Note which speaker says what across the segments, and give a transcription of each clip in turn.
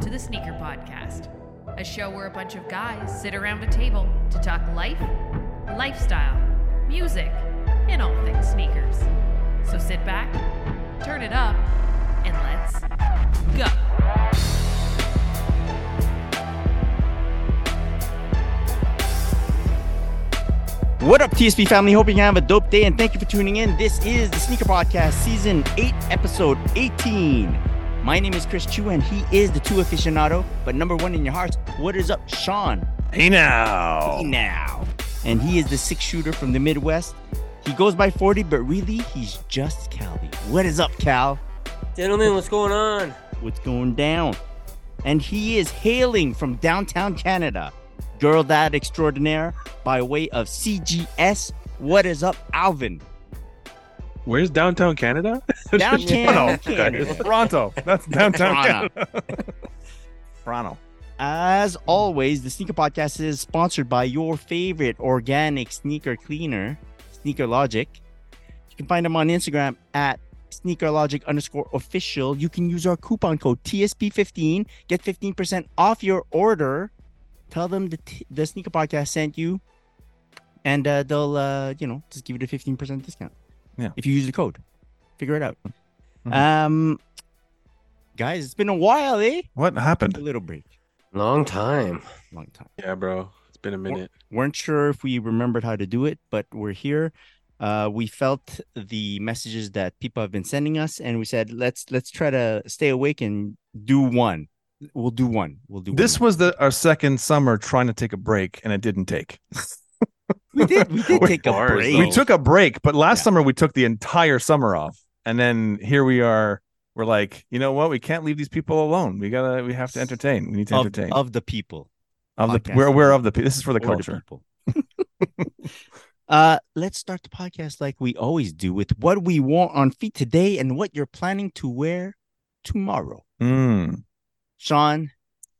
Speaker 1: to the Sneaker Podcast, a show where a bunch of guys sit around a table to talk life, lifestyle, music, and all things sneakers. So sit back, turn it up, and let's go.
Speaker 2: What up, TSP family? Hope you have a dope day and thank you for tuning in. This is the Sneaker Podcast, Season 8, Episode 18. My name is Chris Chu and he is the two aficionado, but number one in your hearts. What is up, Sean?
Speaker 3: Hey now.
Speaker 2: Hey now. And he is the six shooter from the Midwest. He goes by 40, but really, he's just Calby. What is up, Cal?
Speaker 4: Gentlemen, what's going on?
Speaker 2: What's going down? And he is hailing from downtown Canada. Girl Dad Extraordinaire by way of CGS. What is up, Alvin?
Speaker 3: Where's downtown Canada? Oh,
Speaker 2: Downtown
Speaker 3: Canada.
Speaker 2: Canada.
Speaker 5: Toronto. That's downtown
Speaker 2: Toronto.
Speaker 5: Canada. Toronto.
Speaker 2: As always, the Sneaker Podcast is sponsored by your favorite organic sneaker cleaner, Sneaker Logic. You can find them on Instagram at sneakerlogic underscore official. You can use our coupon code TSP15, get 15% off your order. Tell them the, t- the Sneaker Podcast sent you, and uh, they'll, uh, you know, just give you the 15% discount.
Speaker 5: Yeah.
Speaker 2: If you use the code, figure it out.
Speaker 5: Mhm.
Speaker 2: Um, guys, it's been a while, eh?
Speaker 5: What
Speaker 2: A
Speaker 5: happened?
Speaker 2: little break,
Speaker 4: Long time.
Speaker 2: long time.
Speaker 3: Yeah, bro. It's been a minute.
Speaker 2: weren't sure if we remembered how to do it, but we're here. Uh, we felt the messages that people have been sending us, and we said, "Let's let's try to stay awake and do one. We'll do one. We'll do
Speaker 5: This
Speaker 2: One.
Speaker 5: was the our second summer trying to take a break, and it didn't take.
Speaker 2: We did we did
Speaker 5: We-
Speaker 2: take a
Speaker 3: Bars,
Speaker 2: break.
Speaker 3: though.
Speaker 5: We took a break, but last
Speaker 2: Yeah.
Speaker 5: summer we took the entire summer off, and then here we are. We're like, you know what? We can't leave these people alone. We gotta. We have to entertain. We need to
Speaker 2: of,
Speaker 5: entertain. Of,
Speaker 2: of the people.
Speaker 5: the,
Speaker 2: podcast.
Speaker 5: we're aware of the. pe- This is for the
Speaker 2: or
Speaker 5: culture.
Speaker 2: people. uh, let's start the podcast like we always do with what we want on feet today and what you're planning to wear tomorrow.
Speaker 5: Mm.
Speaker 2: Sean,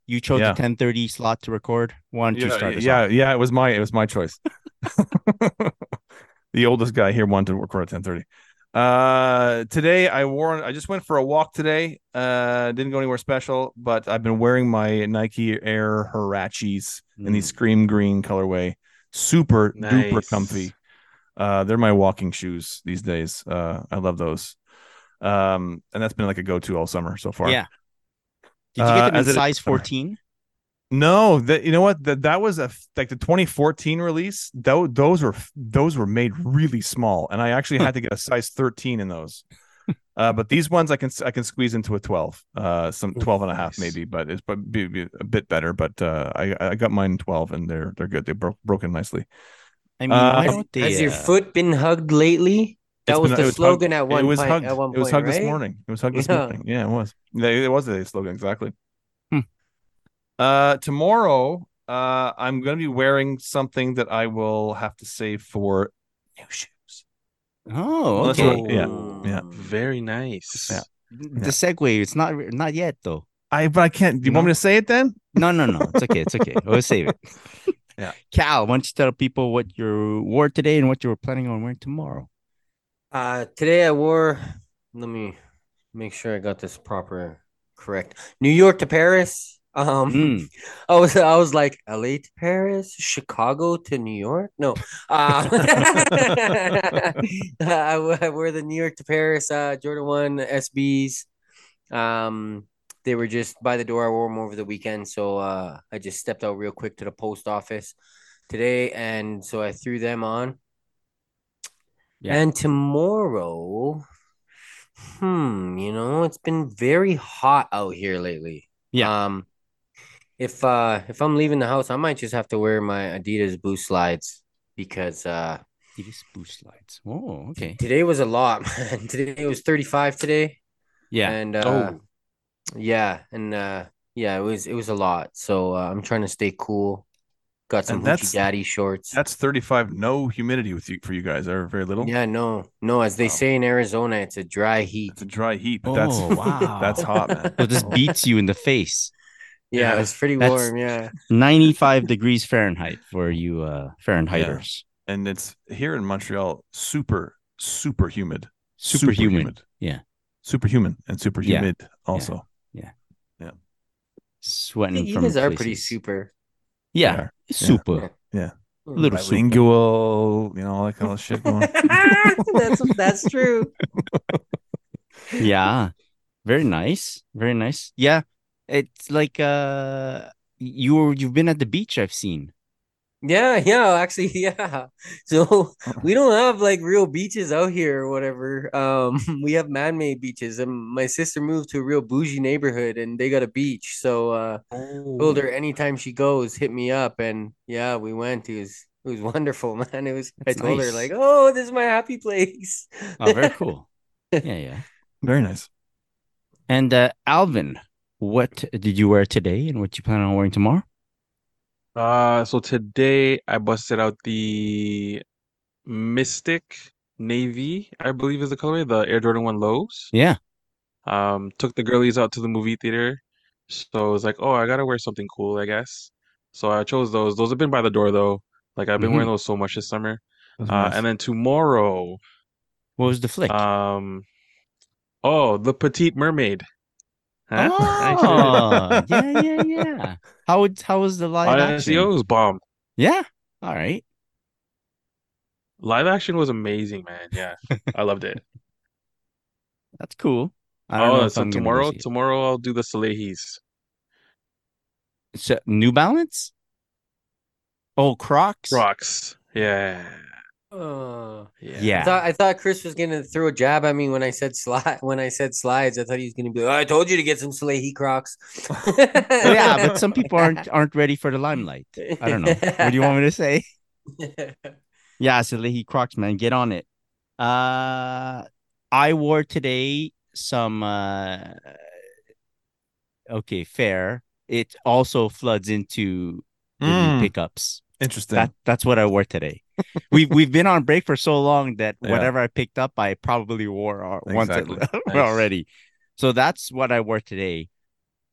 Speaker 2: you chose
Speaker 5: Yeah.
Speaker 2: the 10:30 slot to record. Why don't you
Speaker 3: Yeah,
Speaker 2: start? us
Speaker 5: yeah, yeah. It was my. It was my choice. the oldest guy here wanted to record at ten thirty. Uh, today I wore. I just went for a walk today. Uh, didn't go anywhere special, but I've been wearing my Nike Air Hirachis in the
Speaker 2: Mm.
Speaker 5: scream green colorway. Super
Speaker 3: Nice.
Speaker 5: duper comfy. Uh, they're my walking shoes these days. Uh, I love those. Um, and that's been like a go-to all summer so far.
Speaker 2: Yeah. Did you get
Speaker 5: Uh,
Speaker 2: them in
Speaker 5: as it-
Speaker 2: size
Speaker 5: sorry.
Speaker 2: 14?
Speaker 5: No, that you know what that that was a f- like the 2014 release. Though those were f- those were made really small, and I actually had to get a size 13 in those. Uh, but these ones I can s- I can squeeze into a 12, uh, some
Speaker 3: Ooh,
Speaker 5: 12 and a half
Speaker 3: nice.
Speaker 5: maybe, but it's but be, be a bit better. But uh, I I got mine in 12, and they're they're good. They broke broken nicely.
Speaker 2: I mean,
Speaker 5: Uh,
Speaker 2: why don't they?
Speaker 4: Has your
Speaker 2: uh,
Speaker 4: foot been hugged lately? That
Speaker 5: It's
Speaker 4: was
Speaker 5: been-
Speaker 4: the
Speaker 5: it was hugged-
Speaker 4: slogan at one
Speaker 5: it was
Speaker 4: point.
Speaker 5: hugged.
Speaker 4: At one
Speaker 5: it was
Speaker 4: point,
Speaker 5: hugged
Speaker 4: right?
Speaker 5: this morning. It was hugged this
Speaker 4: Yeah.
Speaker 5: morning. Yeah, it was. Yeah, It was the slogan exactly.
Speaker 2: Hmm.
Speaker 5: Uh, tomorrow, uh, I'm going to be wearing something that I will have to save for new shoes.
Speaker 2: Oh,
Speaker 5: Well, that's
Speaker 2: okay.
Speaker 5: what- yeah, yeah.
Speaker 3: Very nice.
Speaker 5: Yeah.
Speaker 2: The segue. It's not not yet though.
Speaker 5: I but I can't. Do you want me to say it then?
Speaker 2: No, no, no. It's okay. It's okay. We'll save it.
Speaker 5: Yeah.
Speaker 2: Cal, why don't you tell people what you wore today and what you were planning on wearing tomorrow?
Speaker 4: Uh, today I wore. Let me make sure I got this proper, correct. New York to Paris. Um,
Speaker 5: Hmm.
Speaker 2: Mm.
Speaker 4: I was I was like L.A. to Paris, Chicago to New York. No, uh, I, w- I wear the New York to Paris uh, Jordan One SBs. Um, they were just by the door. I wore them over the weekend, so uh, I just stepped out real quick to the post office today, and so I threw them on.
Speaker 2: Yeah.
Speaker 4: And tomorrow, hmm, you know, it's been very hot out here lately.
Speaker 2: Yeah.
Speaker 4: Um, if uh if I'm leaving the house, I might just have to wear my Adidas Boost slides because uh
Speaker 2: These boost lights. Oh, okay.
Speaker 4: today was a lot, man. Today it was 35 today.
Speaker 2: Yeah.
Speaker 4: And uh yeah, and uh yeah, it was it was a lot. So uh, I'm trying to stay cool. Got some
Speaker 5: And that's-
Speaker 4: Hoochie Daddy shorts.
Speaker 5: That's 35. No humidity with you for you guys. Or very little.
Speaker 4: Yeah, no, no, as they
Speaker 5: Wow.
Speaker 4: say in Arizona, it's a dry heat.
Speaker 5: It's a dry heat, but that's
Speaker 2: Oh, wow.
Speaker 5: that's hot, man.
Speaker 2: So this beats you in the face.
Speaker 4: Yeah,
Speaker 5: Yeah,
Speaker 4: it's pretty
Speaker 2: that's-
Speaker 4: warm. Yeah.
Speaker 2: 95 degrees Fahrenheit for you uh Fahrenheiters.
Speaker 5: and it's here in Montreal. Super super humid.
Speaker 2: Superhuman.
Speaker 5: Super humid.
Speaker 2: Yeah.
Speaker 5: Superhuman and super
Speaker 2: Yeah.
Speaker 5: humid also.
Speaker 2: sweating.
Speaker 4: You
Speaker 2: from
Speaker 4: guys are pretty
Speaker 2: places.
Speaker 4: super.
Speaker 2: Yeah,
Speaker 5: Yeah.
Speaker 2: it's
Speaker 5: Yeah.
Speaker 2: super. Little soup.
Speaker 5: bilingual, you know, all that kind of shit going. on.
Speaker 4: that's that's true.
Speaker 2: yeah very nice very nice yeah it's like uh you were you've been at the beach i've seen
Speaker 4: Yeah, yeah, actually, yeah. So we don't have like real beaches out here or whatever. Um, we have man-made beaches, and my sister moved to a real bougie neighborhood, and they got a beach. So uh,
Speaker 2: Oh.
Speaker 4: told her anytime she goes, hit me up, and yeah, we went. It was it was wonderful, man. It was.
Speaker 2: That's
Speaker 4: I told her
Speaker 2: nice.
Speaker 4: like, oh, this is my happy place.
Speaker 2: oh very cool yeah yeah
Speaker 5: Very nice.
Speaker 2: and uh alvin what did you wear today and what you plan on wearing tomorrow
Speaker 3: Uh, so today I busted out the Mystic Navy, I believe is the color, the Air Jordan 1 lows.
Speaker 2: yeah
Speaker 3: Um, took the girlies out to the movie theater. So I was like, oh, I gotta wear something cool, I guess. So I chose those. Those have been by the door though. Like I've been wearing
Speaker 2: Mm-hmm.
Speaker 3: those so much this summer.
Speaker 5: That's
Speaker 3: Uh,
Speaker 5: nice.
Speaker 3: and then tomorrow,
Speaker 2: what was the flick
Speaker 3: um, oh, the Petite Mermaid. Huh? Nice.
Speaker 2: oh yeah yeah yeah how would how was the Oh, live
Speaker 3: Honestly, it
Speaker 2: action
Speaker 3: was bomb.
Speaker 2: yeah all right
Speaker 3: Live action was amazing, man. Yeah, I loved it.
Speaker 2: that's cool I don't know
Speaker 3: Oh,
Speaker 2: if
Speaker 3: so
Speaker 2: I'm gonna go
Speaker 3: tomorrow,
Speaker 2: see it.
Speaker 3: tomorrow I'll do the Salehis.
Speaker 2: So, New Balance? Oh, Crocs?
Speaker 3: Crocs. Yeah.
Speaker 2: Oh.
Speaker 4: Uh,
Speaker 3: Yeah.
Speaker 4: I
Speaker 2: Yeah.
Speaker 4: thought I thought Chris was gonna throw a jab at me when I said slide when I said slides. I thought he was gonna be like, "Oh, I told you to get some Salehi Crocs.
Speaker 2: yeah, but some people aren't aren't ready for the limelight. I don't know. What do you want me to say? Yeah, so Leahy Crocs, man, get on it. Uh I wore today some uh okay, fair. It also floods into the new
Speaker 5: Mm,
Speaker 2: pickups.
Speaker 5: interesting.
Speaker 2: That that's what I wore today. we've we've been on break for so long that
Speaker 5: Yeah.
Speaker 2: whatever I picked up, I probably wore al- once
Speaker 5: Exactly.
Speaker 2: al-
Speaker 3: Nice.
Speaker 2: already. So that's what I wore today.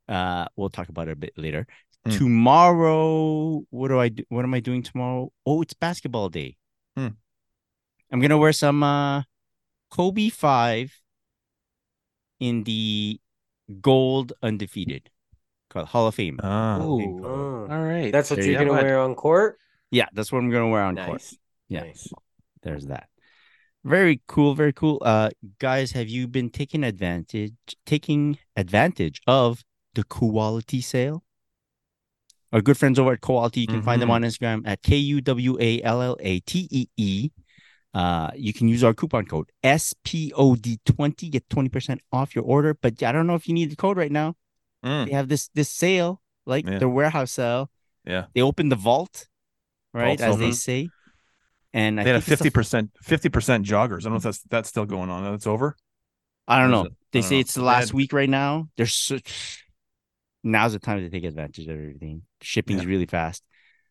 Speaker 2: Uh, we'll talk about it a bit later.
Speaker 5: Mm.
Speaker 2: Tomorrow, what do I do? What am I doing tomorrow? Oh, it's basketball day.
Speaker 5: Hmm.
Speaker 2: I'm gonna wear some uh, Kobe five in the gold undefeated called Hall of Fame.
Speaker 5: Ah.
Speaker 3: Ooh.
Speaker 4: Oh.
Speaker 3: All right.
Speaker 4: That's what
Speaker 2: There
Speaker 4: you're
Speaker 2: you
Speaker 4: gonna wear on court.
Speaker 2: Yeah, that's what I'm gonna wear on court.
Speaker 4: nice.
Speaker 2: Yeah.
Speaker 4: Nice.
Speaker 2: there's that. Very cool, very cool. Uh guys, have you been taking advantage taking advantage of the quality sale? Our good friends over at Quality, you can find them
Speaker 5: Mhm.
Speaker 2: on Instagram at K U W A L L A T E E. Uh, you can use our coupon code SPOD20, get 20% off your order. But I don't know if you need the code right now.
Speaker 5: Mm.
Speaker 2: They have this this sale, like
Speaker 5: Yeah.
Speaker 2: their warehouse sale.
Speaker 5: Yeah.
Speaker 2: They opened the vault, right?
Speaker 5: Vault's
Speaker 2: as they
Speaker 5: open.
Speaker 2: say. And I
Speaker 5: They had a
Speaker 2: think it's the
Speaker 5: fifty percent, fifty percent joggers. I don't know if that's that's still going on. That's over.
Speaker 2: I don't
Speaker 5: Or is
Speaker 2: know.
Speaker 5: it-
Speaker 2: They
Speaker 5: I don't
Speaker 2: say
Speaker 5: know.
Speaker 2: it's the
Speaker 5: They
Speaker 2: last
Speaker 5: had-
Speaker 2: week right now. There's so... now's the time to take advantage of everything. Shipping's really fast.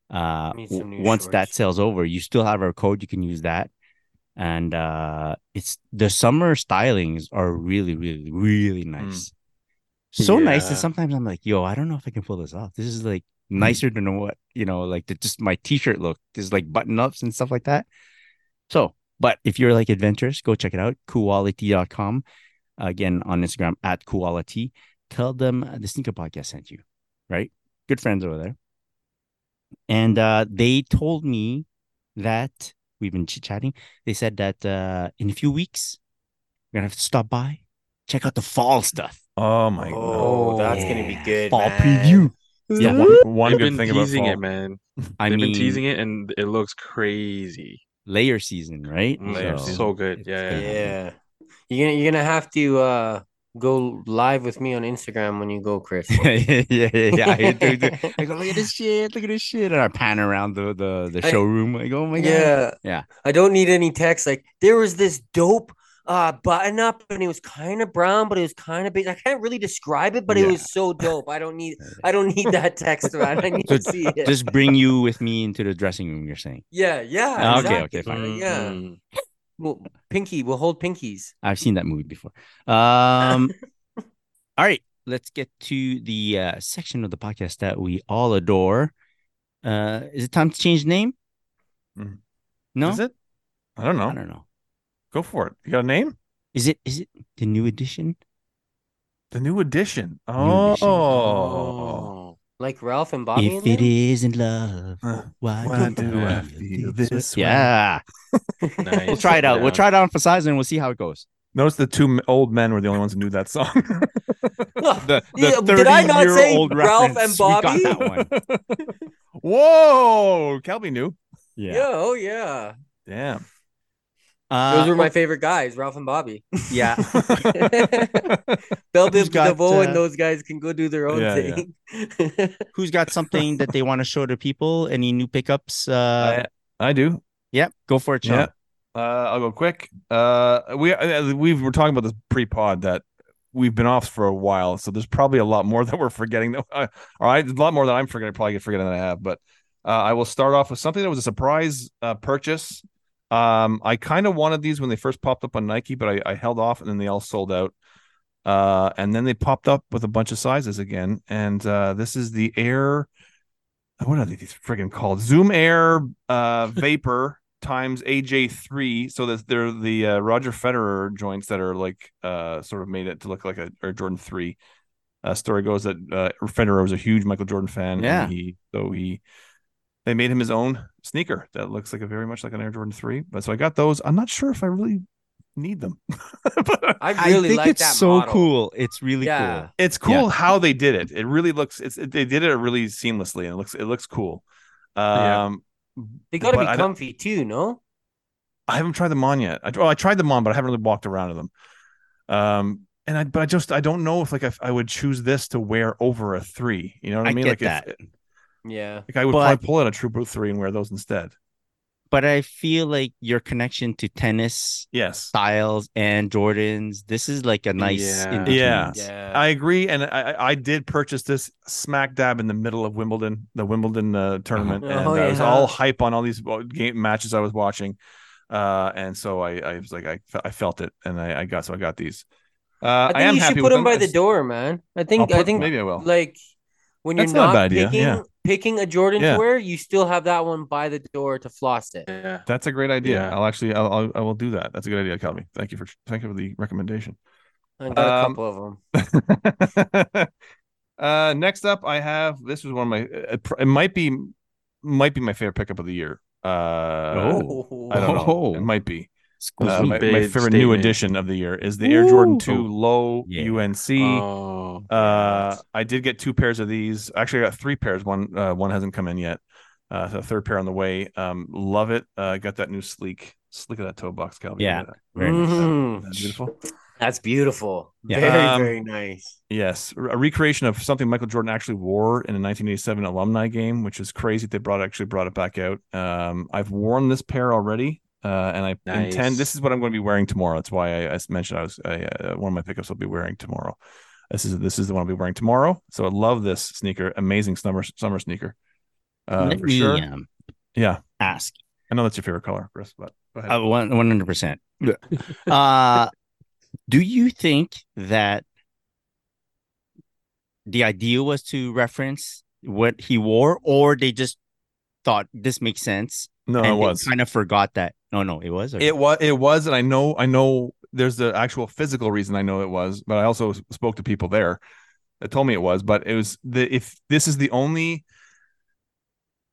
Speaker 2: Uh,
Speaker 4: Need
Speaker 2: w-
Speaker 4: some new
Speaker 2: once that
Speaker 4: shorts.
Speaker 2: sale's over, you still have our code. You can use that, and uh, it's the summer stylings are really, really, really
Speaker 5: Hmm.
Speaker 2: nice. So nice that
Speaker 3: Yeah.
Speaker 2: sometimes I'm like, yo, I don't know if I can pull this off. This is like nicer than what you know, like the, just my t-shirt look. There's like button ups and stuff like that. So, but if you're like adventurous, go check it out. Quality.com. Again on Instagram at Quality. Tell them uh, the sneaker podcast sent you, right? Good friends over there. And uh, they told me that we've been chit chatting. They said that uh, in a few weeks, we're gonna have to stop by, check out the fall stuff.
Speaker 5: Oh my
Speaker 4: Oh, that's gonna be
Speaker 2: yeah.
Speaker 4: good.
Speaker 2: Fall
Speaker 4: man.
Speaker 2: preview. Yeah.
Speaker 5: god. One, one
Speaker 3: They've
Speaker 5: good
Speaker 3: been
Speaker 5: thing about
Speaker 3: teasing
Speaker 5: fall.
Speaker 3: it, man.
Speaker 2: I
Speaker 3: They've
Speaker 2: mean,
Speaker 3: been teasing it, and it looks crazy.
Speaker 2: layer season, right?
Speaker 3: Mm. Layer
Speaker 5: So-
Speaker 3: so, good.
Speaker 2: it's
Speaker 3: Yeah.
Speaker 2: gonna-
Speaker 3: yeah.
Speaker 4: Yeah. You're gonna you're gonna have to uh go live with me on Instagram when you go, Chris.
Speaker 2: yeah, yeah, yeah. I, do- Oh do- I go, look at this shit, look at this shit, and I pan around the the, the
Speaker 4: I-
Speaker 2: showroom. I go, oh my god,
Speaker 4: Yeah.
Speaker 2: Yeah.
Speaker 4: I don't need any text. Like there was this dope uh button up and it was kind of brown, but it was kind of big. I can't really describe it, but
Speaker 2: Yeah.
Speaker 4: it was so dope. I don't need I don't need that text, man. I need
Speaker 2: So
Speaker 4: to see it.
Speaker 2: just bring you with me into the dressing room. You're saying
Speaker 4: yeah, yeah.
Speaker 2: Ah, okay,
Speaker 4: exactly.
Speaker 2: okay, fine.
Speaker 4: Like, Yeah.
Speaker 3: Mm,
Speaker 4: Well, pinky, we'll hold pinkies.
Speaker 2: I've seen that movie before. Um, all right, let's get to the uh, section of the podcast that we all adore. Uh, is it time to change name?
Speaker 5: Mm.
Speaker 2: No,
Speaker 5: Is it? I don't know.
Speaker 2: I don't know.
Speaker 5: Go for it. You got a name?
Speaker 2: Is it is it the new edition?
Speaker 5: The new edition.
Speaker 2: New
Speaker 5: Oh.
Speaker 2: edition.
Speaker 3: Oh,
Speaker 4: Like Ralph and Bobby.
Speaker 2: If
Speaker 4: in
Speaker 2: it
Speaker 4: there?
Speaker 2: isn't love,
Speaker 5: Uh,
Speaker 2: why,
Speaker 5: why
Speaker 2: do,
Speaker 5: do
Speaker 2: I
Speaker 5: I
Speaker 2: feel
Speaker 5: feel
Speaker 2: this,
Speaker 5: this
Speaker 2: way?
Speaker 5: way?
Speaker 2: Yeah,
Speaker 3: Nice.
Speaker 2: we'll try it out. We'll try it out on for size and we'll see how it goes.
Speaker 5: Notice the two m- old men were the only ones who knew that song.
Speaker 2: The,
Speaker 4: Yeah, did I not say
Speaker 2: 30-year-old
Speaker 4: Ralph and
Speaker 2: reference, we got
Speaker 4: Bobby?
Speaker 2: that one.
Speaker 5: Whoa, Kelby knew.
Speaker 2: Yeah.
Speaker 4: yeah. Oh yeah.
Speaker 5: Damn.
Speaker 2: Uh,
Speaker 4: Those were my favorite guys, Ralph and Bobby. Uh,
Speaker 2: yeah.
Speaker 4: Bell
Speaker 2: Who's
Speaker 4: Biv
Speaker 2: got,
Speaker 4: DeVoe
Speaker 2: uh,
Speaker 4: and those guys can go do their own
Speaker 5: Yeah, yeah.
Speaker 4: thing.
Speaker 2: Who's got something that they want to show to people? Any new pickups? Uh,
Speaker 5: I, I do.
Speaker 2: yep. Go for it, Sean.
Speaker 5: Yeah. Uh, I'll go quick. Uh, we uh, we were talking about this pre-pod that we've been off for a while, so there's probably a lot more that we're forgetting. That uh, all right, a lot more that I'm forgetting. Probably get forgetting that I have, but uh, I will start off with something that was a surprise uh, purchase. Um, I kind of wanted these when they first popped up on Nike, but I, I held off, and then they all sold out. Uh, and then they popped up with a bunch of sizes again, and uh, this is the Air. What are these friggin' called? Zoom Air uh, Vapor times AJ3. So that they're the uh, Roger Federer joints that are like uh, sort of made it to look like a or Jordan 3. Uh, story goes that uh, Federer was a huge Michael Jordan fan. and
Speaker 2: Yeah.
Speaker 5: he so he they made him his own sneaker that looks like a very much like an Air Jordan 3. But so I got those. I'm not sure if I really need them. but
Speaker 4: I
Speaker 2: I
Speaker 4: really
Speaker 2: think
Speaker 4: like
Speaker 2: it's
Speaker 4: that
Speaker 2: so
Speaker 4: model.
Speaker 2: cool. It's really
Speaker 4: yeah.
Speaker 2: cool.
Speaker 5: it's cool how they did it. It really looks it's it, they did it really seamlessly and it looks it looks cool.
Speaker 3: Yeah.
Speaker 5: Um
Speaker 4: They gotta
Speaker 5: But
Speaker 4: be
Speaker 5: I don't-
Speaker 4: comfy too, no?
Speaker 5: I haven't tried them on yet. I, well, I tried them on, but I haven't really walked around in them. Um, and I, but I just, I don't know if like if I would choose this to wear over a three. You know what I,
Speaker 2: I
Speaker 5: mean?
Speaker 2: get
Speaker 5: like
Speaker 2: that.
Speaker 5: If,
Speaker 4: Yeah.
Speaker 5: like I would
Speaker 2: But-
Speaker 5: probably pull out a True Boot three and wear those instead.
Speaker 2: But I feel like your connection to tennis
Speaker 5: Yes,
Speaker 2: styles and Jordans, this is like a nice
Speaker 3: Yeah.
Speaker 2: in between.
Speaker 5: Yeah.
Speaker 4: Yeah.
Speaker 5: I agree. And I, I- I did purchase this smack dab in the middle of Wimbledon, the Wimbledon uh, tournament,
Speaker 4: Oh,
Speaker 5: and I was
Speaker 4: yeah.
Speaker 5: all hype on all these uh, game matches I was watching, uh, and so I, I was like, I, fe- I felt it, and I, I got so I got these. Uh, I,
Speaker 4: I think
Speaker 5: am
Speaker 4: you
Speaker 5: happy
Speaker 4: should put
Speaker 5: with
Speaker 4: them by the
Speaker 5: It's-
Speaker 4: door, man. I
Speaker 5: I'll
Speaker 4: think I
Speaker 5: put-
Speaker 4: think
Speaker 5: maybe I will.
Speaker 4: like when
Speaker 5: That's
Speaker 4: you're
Speaker 5: not a
Speaker 4: not,
Speaker 5: bad idea,
Speaker 4: picking
Speaker 5: yeah.
Speaker 4: picking a Jordan
Speaker 5: Yeah.
Speaker 4: to wear, you still have that one by the door to floss it.
Speaker 3: Yeah.
Speaker 5: That's a great idea.
Speaker 3: Yeah.
Speaker 5: I'll actually, I'll, I'll, I will do that. That's a good idea, Calvi. Thank you for, thank you for the recommendation.
Speaker 4: I got a
Speaker 5: Um,
Speaker 4: couple of them.
Speaker 5: uh, next up, I have this was one of my. uh, It, pr- it might be, might be my favorite pickup of the year. Uh, I don't know.
Speaker 2: Oh.
Speaker 5: It might be
Speaker 2: Squeeze
Speaker 5: Uh,
Speaker 2: me.
Speaker 5: my, my
Speaker 3: big
Speaker 5: favorite new
Speaker 3: statement.
Speaker 5: edition of the year is the Air Jordan Two Low
Speaker 2: Yeah.
Speaker 5: UNC.
Speaker 3: Oh.
Speaker 5: Uh, I did get two pairs of these. Actually, I got three pairs. One uh, one hasn't come in yet. Uh, so a third pair on the way. Um, love it. Uh, got that new sleek sleek of that toe box, Calvin.
Speaker 2: Yeah. Very nice.
Speaker 4: Mhm.
Speaker 5: That's beautiful.
Speaker 4: That's beautiful.
Speaker 2: Yeah.
Speaker 4: Very,
Speaker 5: Mm-hmm. Um,
Speaker 4: very nice.
Speaker 5: Yes, a recreation of something Michael Jordan actually wore in a 1987 alumni game, which is crazy. They brought actually brought it back out. Um, I've worn this pair already, uh, and I intend.
Speaker 3: Nice.
Speaker 5: This is what I'm going to be wearing tomorrow. That's why I, I mentioned I was I, uh, one of my pickups. I'll be wearing tomorrow. This is this is the one I'll be wearing tomorrow. So I love this sneaker. Amazing summer summer sneaker. Uh,
Speaker 2: Let
Speaker 5: for
Speaker 2: me
Speaker 5: sure.
Speaker 2: um,
Speaker 5: Yeah,
Speaker 2: ask.
Speaker 5: I know that's your favorite color, Chris. But go ahead.
Speaker 2: Uh, one one hundred percent. Uh, do you think that the idea was to reference what he wore, or they just thought this makes sense
Speaker 5: no,
Speaker 2: and
Speaker 5: it was.
Speaker 2: kind of forgot that? No, no, it was. Okay.
Speaker 5: It was it was, and I know I know there's the actual physical reason I know it was, but I also s- spoke to people there that told me it was. But it was the if this is the only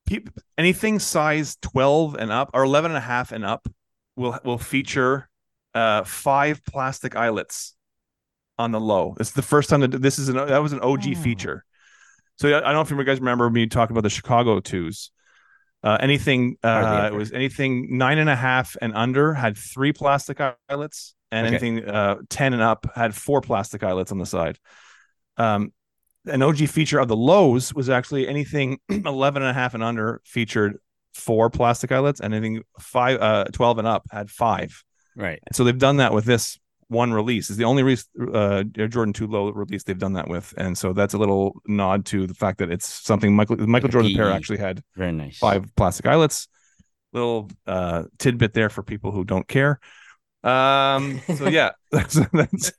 Speaker 5: peop- anything size 12 and up or 11 and a half and up will will feature uh five plastic eyelets on the low. It's the first time that this is an that was an OG
Speaker 2: Oh.
Speaker 5: feature. So I I don't know if you guys remember me talking about the Chicago twos. Uh, anything
Speaker 2: Hardly
Speaker 5: uh, it
Speaker 2: ever.
Speaker 5: was anything nine and a half and under had three plastic eyelets, and
Speaker 2: Okay.
Speaker 5: anything uh, ten and up had four plastic eyelets on the side. Um, an OG feature of the lows was actually anything 11 and a half and under featured four plastic eyelets, and anything five uh, 12 and up had five.
Speaker 2: right.
Speaker 5: And so they've done that with this one release. It's the only re- uh, Air Jordan Two Low release they've done that with, and so that's a little nod to the fact that it's something Michael the Michael
Speaker 2: Like a
Speaker 5: Jordan pair
Speaker 2: PE.
Speaker 5: actually had
Speaker 2: Very nice.
Speaker 5: five plastic eyelets. Little uh, tidbit there for people who don't care. Um, so yeah, that's that's,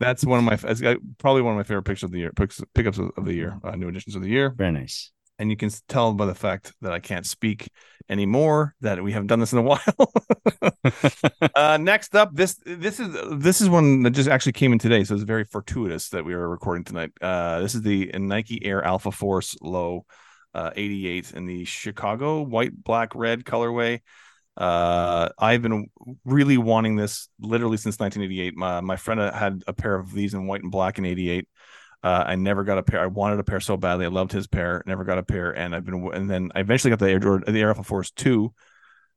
Speaker 5: that's one of my that's probably one of my favorite pictures of the year picks, pickups of the year, uh, new editions of the year.
Speaker 2: Very nice.
Speaker 5: and you can s- tell by the fact that I can't speak anymore that we haven't done this in a while. uh, next up, this this is this is one that just actually came in today, so it's very fortuitous that we are recording tonight. Uh, this is the Nike Air Alpha Force Low uh, 88 in the Chicago white, black, red colorway. Uh, I've been really wanting this literally since 1988. My my friend had a pair of these in white and black in '88. Uh, I never got a pair. I wanted a pair so badly. I loved his pair. Never got a pair, and I've been and then I eventually got the Air Jordan, the Air Alpha Force 2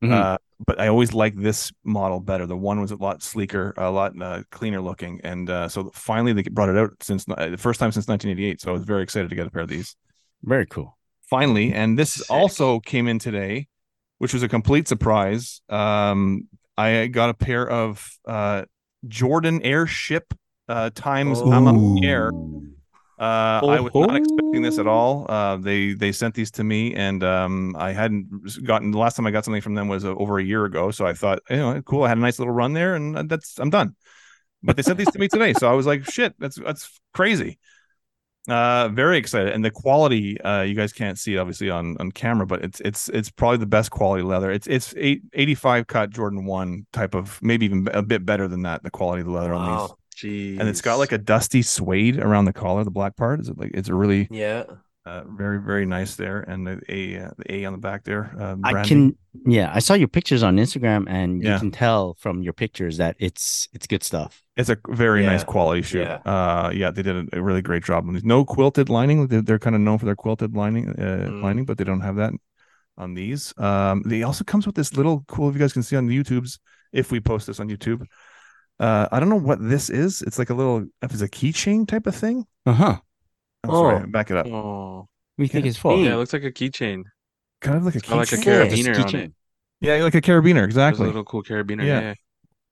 Speaker 2: Mhm.
Speaker 5: Uh, but I always liked this model better. The one was a lot sleeker, a lot uh, cleaner looking, and uh, so finally they brought it out since uh, the first time since 1988. So I was very excited to get a pair of these
Speaker 2: Very cool.
Speaker 5: finally and this also came in today which was a complete surprise um i got a pair of uh jordan airship uh times
Speaker 4: Oh.
Speaker 5: Mama air uh i was not
Speaker 3: Oh.
Speaker 5: expecting this at all uh they they sent these to me and um i hadn't gotten the last time i got something from them was uh, over a year ago so i thought you know cool i had a nice little run there and uh, that's i'm done but they sent these to me today so i was like shit that's that's crazy uh, very excited, and the quality. Uh, you guys can't see it obviously on on camera, but it's it's it's probably the best quality leather. It's it's eight, 85 cut Jordan one type of maybe even a bit better than that. The quality of the leather on
Speaker 4: Wow.
Speaker 5: these, and it's got like a dusty suede around the collar, the black part. Is it like it's really
Speaker 4: Yeah.
Speaker 5: uh, very very nice there, and the a uh, the a on the back there. Uh,
Speaker 2: I
Speaker 5: branding.
Speaker 2: can yeah, I saw your pictures on Instagram and you
Speaker 5: Yeah.
Speaker 2: can tell from your pictures that it's it's good stuff.
Speaker 5: It's a very nice
Speaker 4: Yeah,
Speaker 5: quality shoe.
Speaker 4: yeah.
Speaker 5: Uh, yeah, they did a, a really great job on these. No quilted lining. They're, they're kind of known for their quilted lining, uh,
Speaker 4: Mm.
Speaker 5: lining, but they don't have that on these. Um, they also comes with this little cool. If you guys can see on the YouTube's, if we post this on YouTube, uh, I don't know what this is. It's like a little. If it's a keychain type of thing.
Speaker 2: Uh-huh.
Speaker 5: I'm sorry,
Speaker 4: Oh.
Speaker 5: back it up.
Speaker 3: Oh,
Speaker 2: We think
Speaker 5: Yeah.
Speaker 2: it's full.
Speaker 3: yeah, it looks like a keychain.
Speaker 5: Kind of like a
Speaker 3: It's got like a
Speaker 5: keychain.
Speaker 4: Yeah, just
Speaker 3: carabiner on
Speaker 2: keychain.
Speaker 3: it.
Speaker 5: Yeah, like a carabiner.
Speaker 3: There's a
Speaker 5: Exactly.
Speaker 3: little cool carabiner.
Speaker 5: Yeah.
Speaker 3: Yeah.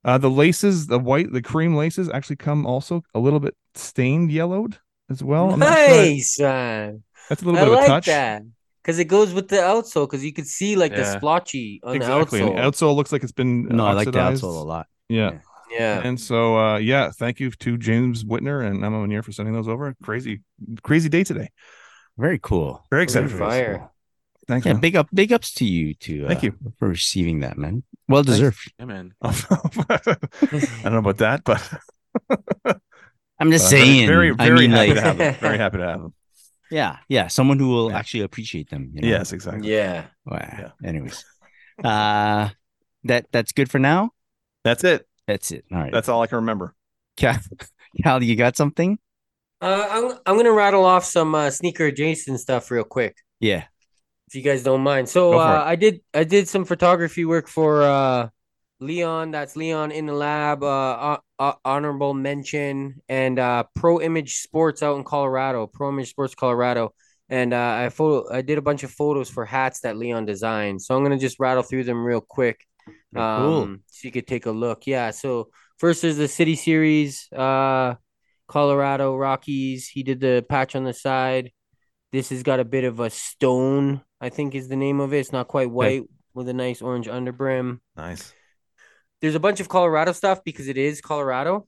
Speaker 5: Uh, the laces, the white, the cream laces, actually come also a little bit stained yellowed as well. I'm not sure.
Speaker 4: nice, man.
Speaker 5: That's a
Speaker 4: I
Speaker 5: little bit of a
Speaker 4: like
Speaker 5: touch.
Speaker 4: that because it goes with the outsole because you could see like the
Speaker 3: Yeah.
Speaker 4: splotchy on
Speaker 5: exactly.
Speaker 4: the
Speaker 5: and
Speaker 4: outsole.
Speaker 5: the outsole looks like it's been
Speaker 2: No, I like the
Speaker 5: oxidized.
Speaker 2: outsole a lot.
Speaker 5: Yeah.
Speaker 4: yeah.
Speaker 5: And so uh yeah, thank you to James Whitner and Emma Manier for sending those over. Crazy, crazy day today.
Speaker 2: Very cool.
Speaker 5: Very excited
Speaker 4: Very
Speaker 5: for this.
Speaker 4: fire.
Speaker 5: Thanks.
Speaker 2: Yeah,
Speaker 5: man.
Speaker 2: big up big ups to you to uh,
Speaker 5: Uh-huh. Thank you.
Speaker 2: for receiving that, man. Well deserved.
Speaker 3: Yeah, man.
Speaker 5: I don't know about that, but
Speaker 2: I'm just
Speaker 5: uh, very-
Speaker 2: saying.
Speaker 5: very, very
Speaker 2: I mean,
Speaker 5: happy
Speaker 2: like,
Speaker 5: to have them. Very happy to have them.
Speaker 2: yeah, yeah, someone who will
Speaker 5: Yeah.
Speaker 2: actually appreciate them. You know?
Speaker 5: Yes, exactly.
Speaker 4: Yeah.
Speaker 2: Wow.
Speaker 5: Yeah.
Speaker 2: Anyways, uh, that that's good for now.
Speaker 5: That's it.
Speaker 2: That's it. All right,
Speaker 5: That's all I can remember.
Speaker 2: Cal, Cal, you got something?
Speaker 4: Uh, I'm I'm gonna rattle off some uh, sneaker adjacent stuff real quick.
Speaker 2: Yeah.
Speaker 4: if you guys don't mind. So
Speaker 5: Go for
Speaker 4: uh, I did I did some photography work for uh, Leon. That's Leon in the lab. Uh, uh, uh, honorable mention and uh, Pro Image Sports out in Colorado. Pro Image Sports Colorado. And uh, I photo I did a bunch of photos for hats that Leon designed. So I'm gonna just rattle through them real quick.
Speaker 2: cool.
Speaker 4: Um, so you could take a look. Yeah. So first is the City Series. Uh, Colorado Rockies. He did the patch on the side. This has got a bit of a stone, I think is the name of it. It's not quite white with a nice orange underbrim.
Speaker 5: Nice.
Speaker 4: There's a bunch of Colorado stuff because it is Colorado.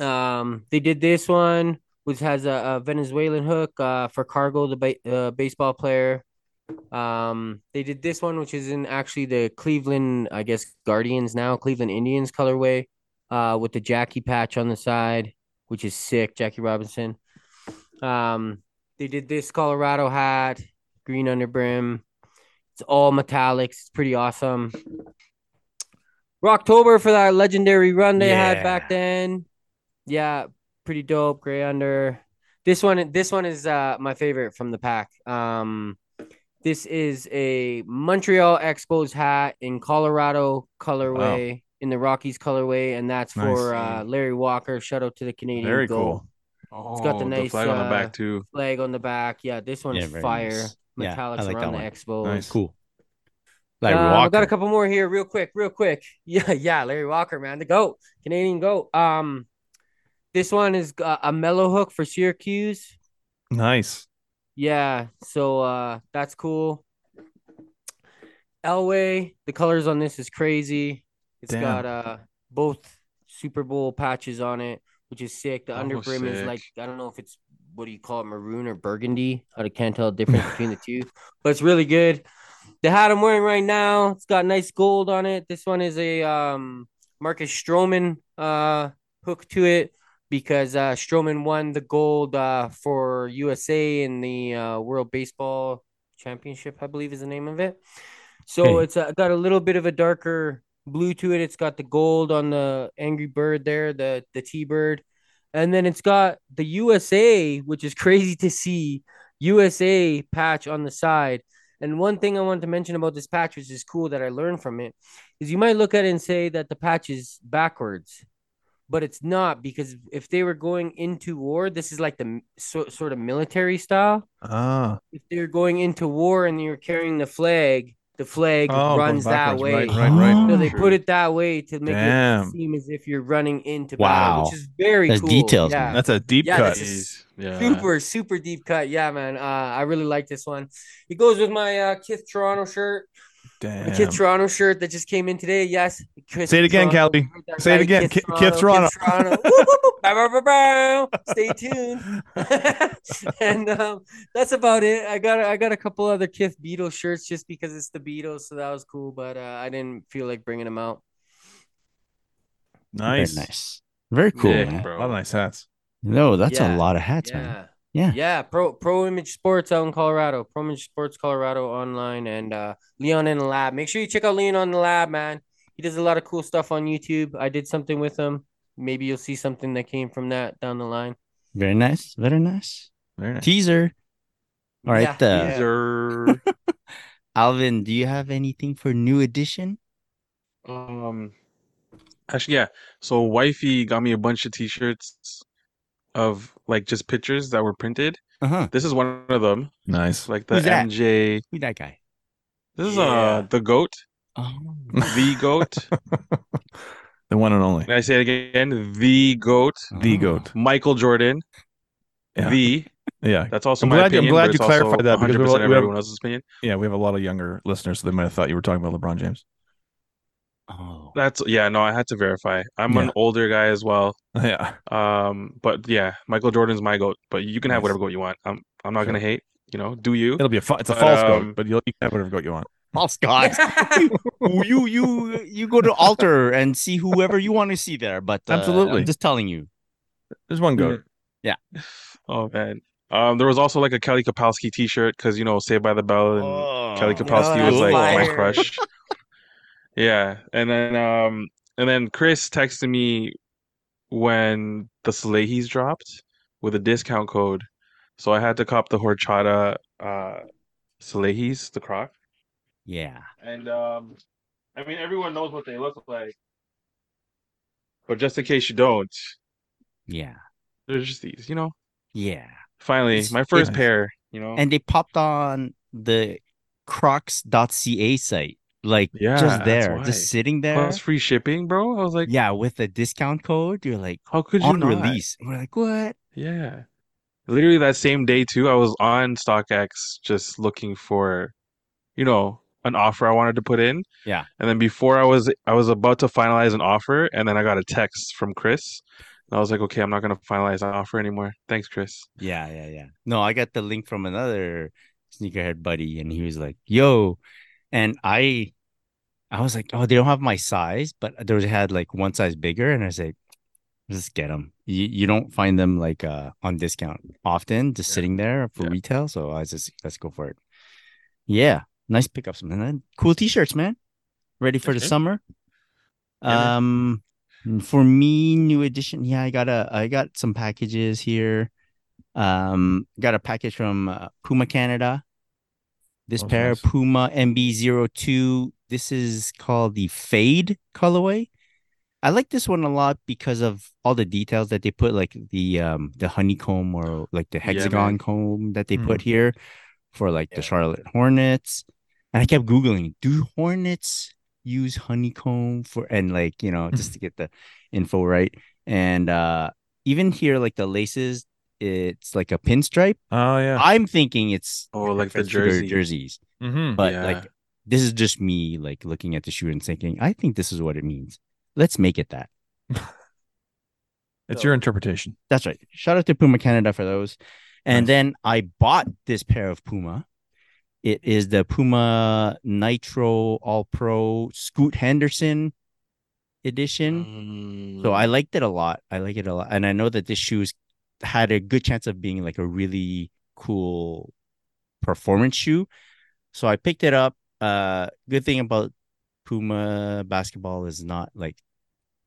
Speaker 4: Um, they did this one, which has a, a Venezuelan hook uh, for Cargo, the ba- uh, baseball player. Um, they did this one, which is in actually the Cleveland, I guess, Guardians now, Cleveland Indians colorway, uh, with the Jackie patch on the side, which is sick. Jackie Robinson. Um, they did this Colorado hat, green underbrim. It's all metallics. It's pretty awesome. Rocktober for that legendary run they had back then. Yeah, pretty dope. Gray under. This one, this one is uh, my favorite from the pack. Um, this is a Montreal Expos hat in Colorado colorway in the Rockies colorway, and that's
Speaker 5: Nice.
Speaker 4: for uh, Larry Walker. Shout out to the Canadian.
Speaker 5: Very
Speaker 4: goat
Speaker 5: cool.
Speaker 3: Oh,
Speaker 4: got the nice,
Speaker 3: flag on the
Speaker 4: uh,
Speaker 3: back too.
Speaker 4: flag on the back. Yeah, this one's
Speaker 2: Yeah, very
Speaker 4: fire.
Speaker 2: nice. Yeah,
Speaker 4: Metallics
Speaker 2: I like
Speaker 4: around
Speaker 2: that
Speaker 4: the
Speaker 2: one.
Speaker 4: Expos.
Speaker 5: Nice.
Speaker 2: Cool. Like
Speaker 4: Um, I
Speaker 2: Walker.
Speaker 4: got a couple more here, real quick, real quick. Yeah, yeah, Larry Walker, man, the goat, Canadian goat. Um, this one is uh, a mellow hook for Syracuse.
Speaker 5: Nice.
Speaker 4: Yeah, so uh, that's cool. Elway, the colors on this is crazy. It's
Speaker 5: Damn.
Speaker 4: got uh both Super Bowl patches on it, which is sick. The
Speaker 3: Oh,
Speaker 4: underbrim is
Speaker 3: sick.
Speaker 4: like I don't know if it's what do you call it, maroon or burgundy? I can't tell the difference between the two, but it's really good. The hat I'm wearing right now, it's got nice gold on it. This one is a um, Marcus Stroman uh, hook to it because uh, Stroman won the gold uh, for USA in the uh, World Baseball Championship, I believe is the name of it. So
Speaker 2: Okay.
Speaker 4: it's uh, got a little bit of a darker blue to it. It's got the gold on the angry bird there, the the T bird, and then it's got the USA, which is crazy to see USA patch on the side. And one thing I wanted to mention about this patch, which is cool that I learned from it, is you might look at it and say that the patch is backwards, but it's not because if they were going into war, this is like the m- so, sort of military style
Speaker 5: Ah,
Speaker 4: if they're going into war and you're carrying the flag, the flag
Speaker 5: oh, going
Speaker 4: runs that
Speaker 5: backwards.
Speaker 4: way.
Speaker 5: Right, right, right.
Speaker 2: Oh.
Speaker 4: So they
Speaker 3: True.
Speaker 4: put it that way to make
Speaker 5: Damn.
Speaker 4: it seem as if you're running into
Speaker 2: Wow.
Speaker 4: battle, which is very
Speaker 2: That's
Speaker 4: cool.
Speaker 2: details,
Speaker 4: yeah.
Speaker 2: man.
Speaker 5: That's a deep
Speaker 4: Yeah,
Speaker 5: cut.
Speaker 4: this is-
Speaker 3: Jeez. Yeah.
Speaker 4: Super, super deep cut. Yeah, man. Uh, I really like this one. It goes with my uh, Kith Toronto shirt. My
Speaker 5: Damn.
Speaker 4: Kith Toronto shirt that just came in today. Yes. Kith
Speaker 5: Say it again,
Speaker 4: Toronto.
Speaker 5: Callie. Say it again. Ki-
Speaker 4: Kith
Speaker 5: Kith Toronto.
Speaker 4: Kith Toronto. Whoop, whoop, whoop. Bow, bow, bow, bow. Stay tuned. and um, that's about it. I got I got a couple other Kith Beatles shirts just because it's the Beatles, so that was cool. But uh, I didn't feel like bringing them out.
Speaker 5: nice.
Speaker 2: Very nice. Very cool.
Speaker 3: Nick,
Speaker 2: man.
Speaker 5: A
Speaker 3: bro.
Speaker 5: lot of nice hats.
Speaker 2: No, that's a
Speaker 4: Yeah.
Speaker 2: lot of hats, man.
Speaker 4: yeah,
Speaker 2: Yeah.
Speaker 4: yeah. Pro Pro Image Sports out in Colorado. Pro Image Sports Colorado online and uh, Leon in the Lab. Make sure you check out Leon on the Lab, man. He does a lot of cool stuff on YouTube. I did something with him. Maybe you'll see something that came from that down the line.
Speaker 2: Very nice. Very nice.
Speaker 5: Very nice.
Speaker 2: Teaser. All right.
Speaker 4: Yeah,
Speaker 2: uh,
Speaker 4: yeah.
Speaker 3: Teaser.
Speaker 2: Alvin, do you have anything for new edition?
Speaker 3: Um, actually, yeah. So wifey got me a bunch of T-shirts of like just pictures that were printed.
Speaker 2: Uh huh.
Speaker 3: This is one of them.
Speaker 5: Nice.
Speaker 3: It's like the
Speaker 2: Who's that?
Speaker 3: MJ.
Speaker 2: Who that guy?
Speaker 3: This is
Speaker 4: Yeah.
Speaker 3: uh the goat,
Speaker 2: Oh,
Speaker 3: the goat.
Speaker 5: the one and only.
Speaker 3: Can I say it again? The goat,
Speaker 5: The
Speaker 2: oh.
Speaker 5: goat.
Speaker 3: Michael Jordan.
Speaker 5: Yeah.
Speaker 3: The
Speaker 5: Yeah.
Speaker 3: that's also
Speaker 5: I'm
Speaker 3: my
Speaker 5: glad- I'm
Speaker 3: opinion.
Speaker 5: glad
Speaker 3: but
Speaker 5: you
Speaker 3: it's
Speaker 5: clarified
Speaker 3: also
Speaker 5: that because
Speaker 3: 100%
Speaker 5: we're
Speaker 3: of
Speaker 5: like- we have-
Speaker 3: everyone else's opinion.
Speaker 5: Yeah. We have a lot of younger listeners, so they might have thought you were talking about LeBron James.
Speaker 2: Oh.
Speaker 3: That's yeah. No, I had to verify. I'm
Speaker 5: Yeah.
Speaker 3: an older guy as well.
Speaker 5: Yeah.
Speaker 3: Um, but yeah, Michael Jordan's my goat. But you can have
Speaker 5: Nice.
Speaker 3: whatever goat you want. I'm I'm not
Speaker 5: Sure.
Speaker 3: gonna hate. You know, do you?
Speaker 5: It'll be a fun, it's a
Speaker 3: But,
Speaker 5: false
Speaker 3: um,
Speaker 5: goat, but you'll, you can have whatever goat you want.
Speaker 2: False god. you you you go to altar and see whoever you want to see there. But uh,
Speaker 5: Absolutely.
Speaker 2: I'm just telling you.
Speaker 5: There's one goat.
Speaker 3: Oh man. Um, there was also like a Kelly Kapowski T-shirt because you know Saved by the Bell and Kelly
Speaker 4: Oh,
Speaker 3: Kapowski was
Speaker 4: that's
Speaker 3: like my
Speaker 4: fire.
Speaker 3: crush. yeah, and then um, and then Chris texted me when the Salehi's dropped with a discount code, so I had to cop the horchata uh Salehi's the croc.
Speaker 2: Yeah.
Speaker 3: And um, I mean, everyone knows what they look like, but just in case you don't,
Speaker 2: Yeah.
Speaker 3: they're just these, you know.
Speaker 2: Yeah.
Speaker 3: Finally,
Speaker 2: It's-
Speaker 3: my first
Speaker 5: yeah.
Speaker 3: pair, you know.
Speaker 2: And they popped on the crocs.ca site. Like
Speaker 3: Yeah,
Speaker 2: just
Speaker 3: that's
Speaker 2: there.
Speaker 3: why.
Speaker 2: Just sitting there.
Speaker 3: Plus free shipping, bro. I was like,
Speaker 2: yeah, with a discount code. You're like
Speaker 3: how could you
Speaker 2: on
Speaker 3: not?
Speaker 2: release. And we're like, what?
Speaker 3: Yeah. Literally that same day too, I was on StockX just looking for, you know, an offer I wanted to put in.
Speaker 2: Yeah.
Speaker 3: And then before I was I was about to finalize an offer and then I got a text from Chris. And I was like, okay, I'm not gonna finalize an offer anymore. Thanks, Chris.
Speaker 2: Yeah, yeah, yeah. No, I got the link from another sneakerhead buddy, and he was like, "Yo," and I, I was like, "Oh, they don't have my size," but they was- had like one size bigger, and I was like, "Just get them. You you don't find them like uh on discount often, just
Speaker 3: Yeah.
Speaker 2: sitting there for
Speaker 3: Yeah.
Speaker 2: retail." So I was just let's go for it. Yeah, nice pickups, man. Cool t-shirts, man. Ready for the
Speaker 3: Okay.
Speaker 2: summer.
Speaker 3: Yeah, man.
Speaker 2: Um, for me, new edition. Yeah, I got a, I got some packages here. Um, got a package from uh, Puma Canada. This
Speaker 3: Oh,
Speaker 5: Sounds
Speaker 2: pair
Speaker 5: nice.
Speaker 2: Puma MB02. This is called the Fade colorway. I like this one a lot because of all the details that they put, like the um the honeycomb or like the
Speaker 3: Yeah, man. Mm-hmm.
Speaker 2: hexagon comb that they
Speaker 5: Mm.
Speaker 2: put here for like the
Speaker 4: Yeah.
Speaker 2: Charlotte Hornets. And I kept googling, do Hornets use honeycomb for and like you know
Speaker 3: Mm-hmm.
Speaker 2: just to get the info right and uh even here like the laces it's like a pinstripe
Speaker 5: Oh, yeah.
Speaker 2: i'm thinking it's
Speaker 3: Oh, like the
Speaker 2: reference to their
Speaker 3: jersey. Mm,
Speaker 2: jerseys
Speaker 5: Mm-hmm.
Speaker 2: but
Speaker 3: Yeah.
Speaker 2: like this is just me like looking at the shoe and thinking i think this is what it means let's make it that
Speaker 5: It's
Speaker 4: So-
Speaker 5: your interpretation.
Speaker 2: That's right. Shout out to Puma Canada for those. And
Speaker 5: Nice.
Speaker 2: then I bought this pair of Puma. It is the Puma Nitro All Pro Scoot Henderson edition.
Speaker 3: Mm.
Speaker 2: So I liked it a lot. I like it a lot. And I know that this shoe's had a good chance of being like a really cool performance shoe. So I picked it up. Uh good thing about Puma basketball is not like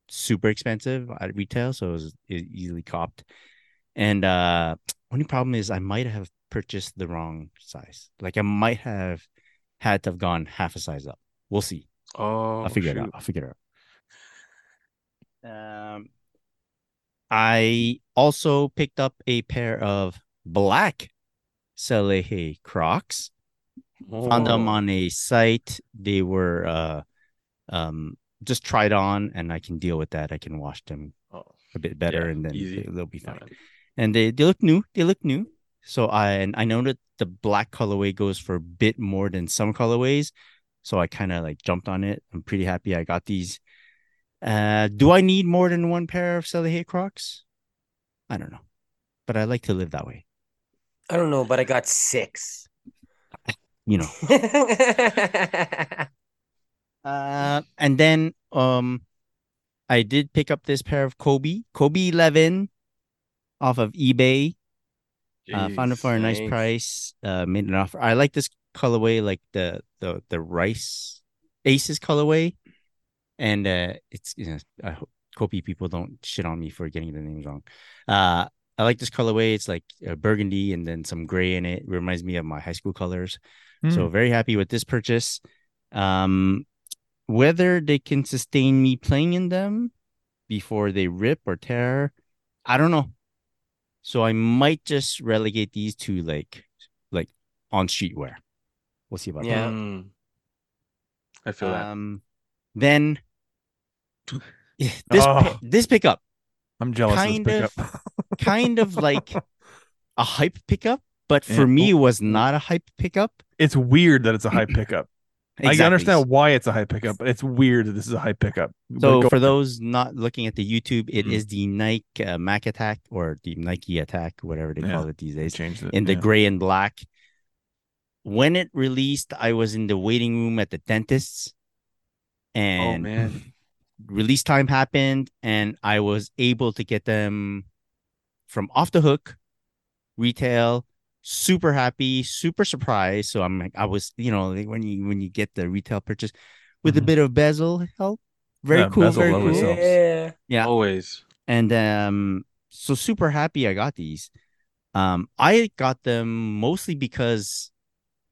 Speaker 2: super expensive at retail, so it was e- easily copped. And uh only problem is I might have purchased the wrong size. Like I might have had to have gone half a size up. We'll see.
Speaker 3: oh,
Speaker 2: I'll figure it out.
Speaker 3: shoot.
Speaker 2: I'll figure it out. Um, I also picked up a pair of black Salehe Crocs. Found them
Speaker 3: Oh.
Speaker 2: on a site. They were uh, um, just tried on, and I can deal with that. I can wash them
Speaker 3: Oh.
Speaker 2: a bit better,
Speaker 3: Yeah,
Speaker 2: and then
Speaker 3: easy.
Speaker 2: they- they'll be
Speaker 3: Yeah,
Speaker 2: fine. And they they look new. They look new. So I and I know that the black colorway goes for a bit more than some colorways. So I kind of like jumped on it. I'm pretty happy I got these. Uh, do I need more than one pair of Salehe Crocs? I don't know, but I like to live that way.
Speaker 4: I don't know, but I got six.
Speaker 2: You know, Uh, and then um, I did pick up this pair of Kobe Kobe Eleven off of eBay. Uh, found it
Speaker 3: Jeez.
Speaker 2: for a nice
Speaker 4: Jeez.
Speaker 2: price. Uh, made an offer. I like this colorway, like the the the rice aces colorway, and uh, it's you know, I hope Kobe people don't shit on me for getting the names wrong. Uh, I like this colorway. It's like uh, burgundy and then some gray in it. Reminds me of my high school colors.
Speaker 4: Hmm.
Speaker 5: Hmm.
Speaker 2: So very happy with this purchase. Um, whether they can sustain me playing in them before they rip or tear, I don't know. So I might just relegate these to like like on streetwear. We'll see about
Speaker 4: Yeah.
Speaker 3: Mm. I
Speaker 2: that.
Speaker 3: feel that.
Speaker 2: Um, then Yeah, this pi-
Speaker 5: Oh.
Speaker 2: this pickup
Speaker 5: I'm jealous of this
Speaker 2: kind of-
Speaker 5: pickup.
Speaker 2: kind of like a hype pickup, but for me was not a hype pickup.
Speaker 5: it's weird that it's a high pickup. I
Speaker 2: Exactly.
Speaker 5: understand why it's a high pickup, but it's weird that this is a high pickup. But
Speaker 2: So
Speaker 5: go-
Speaker 2: for those not looking at the YouTube, it is
Speaker 5: Mhm.
Speaker 2: the Nike uh, Mac Attack or the Nike Attack, whatever they
Speaker 5: Yeah.
Speaker 2: call it these
Speaker 5: they
Speaker 2: days,
Speaker 5: changed it
Speaker 2: in the
Speaker 5: yeah.
Speaker 2: gray and black. When it released, I was in the waiting room at the dentist's,
Speaker 3: oh
Speaker 2: and
Speaker 3: man.
Speaker 2: release time happened, and I was able to get them from off the hook, retail. Super happy, super surprised. So I'm like, I was, you know, like when you when you get the retail purchase with a
Speaker 5: Mhm.
Speaker 2: bit of bezel help, very
Speaker 5: Yeah,
Speaker 2: cool,
Speaker 5: bezel
Speaker 2: very
Speaker 5: logo
Speaker 2: cool.
Speaker 5: itself.
Speaker 4: yeah.
Speaker 2: Yeah.
Speaker 3: Always.
Speaker 2: And um, so super happy I got these. Um, I got them mostly because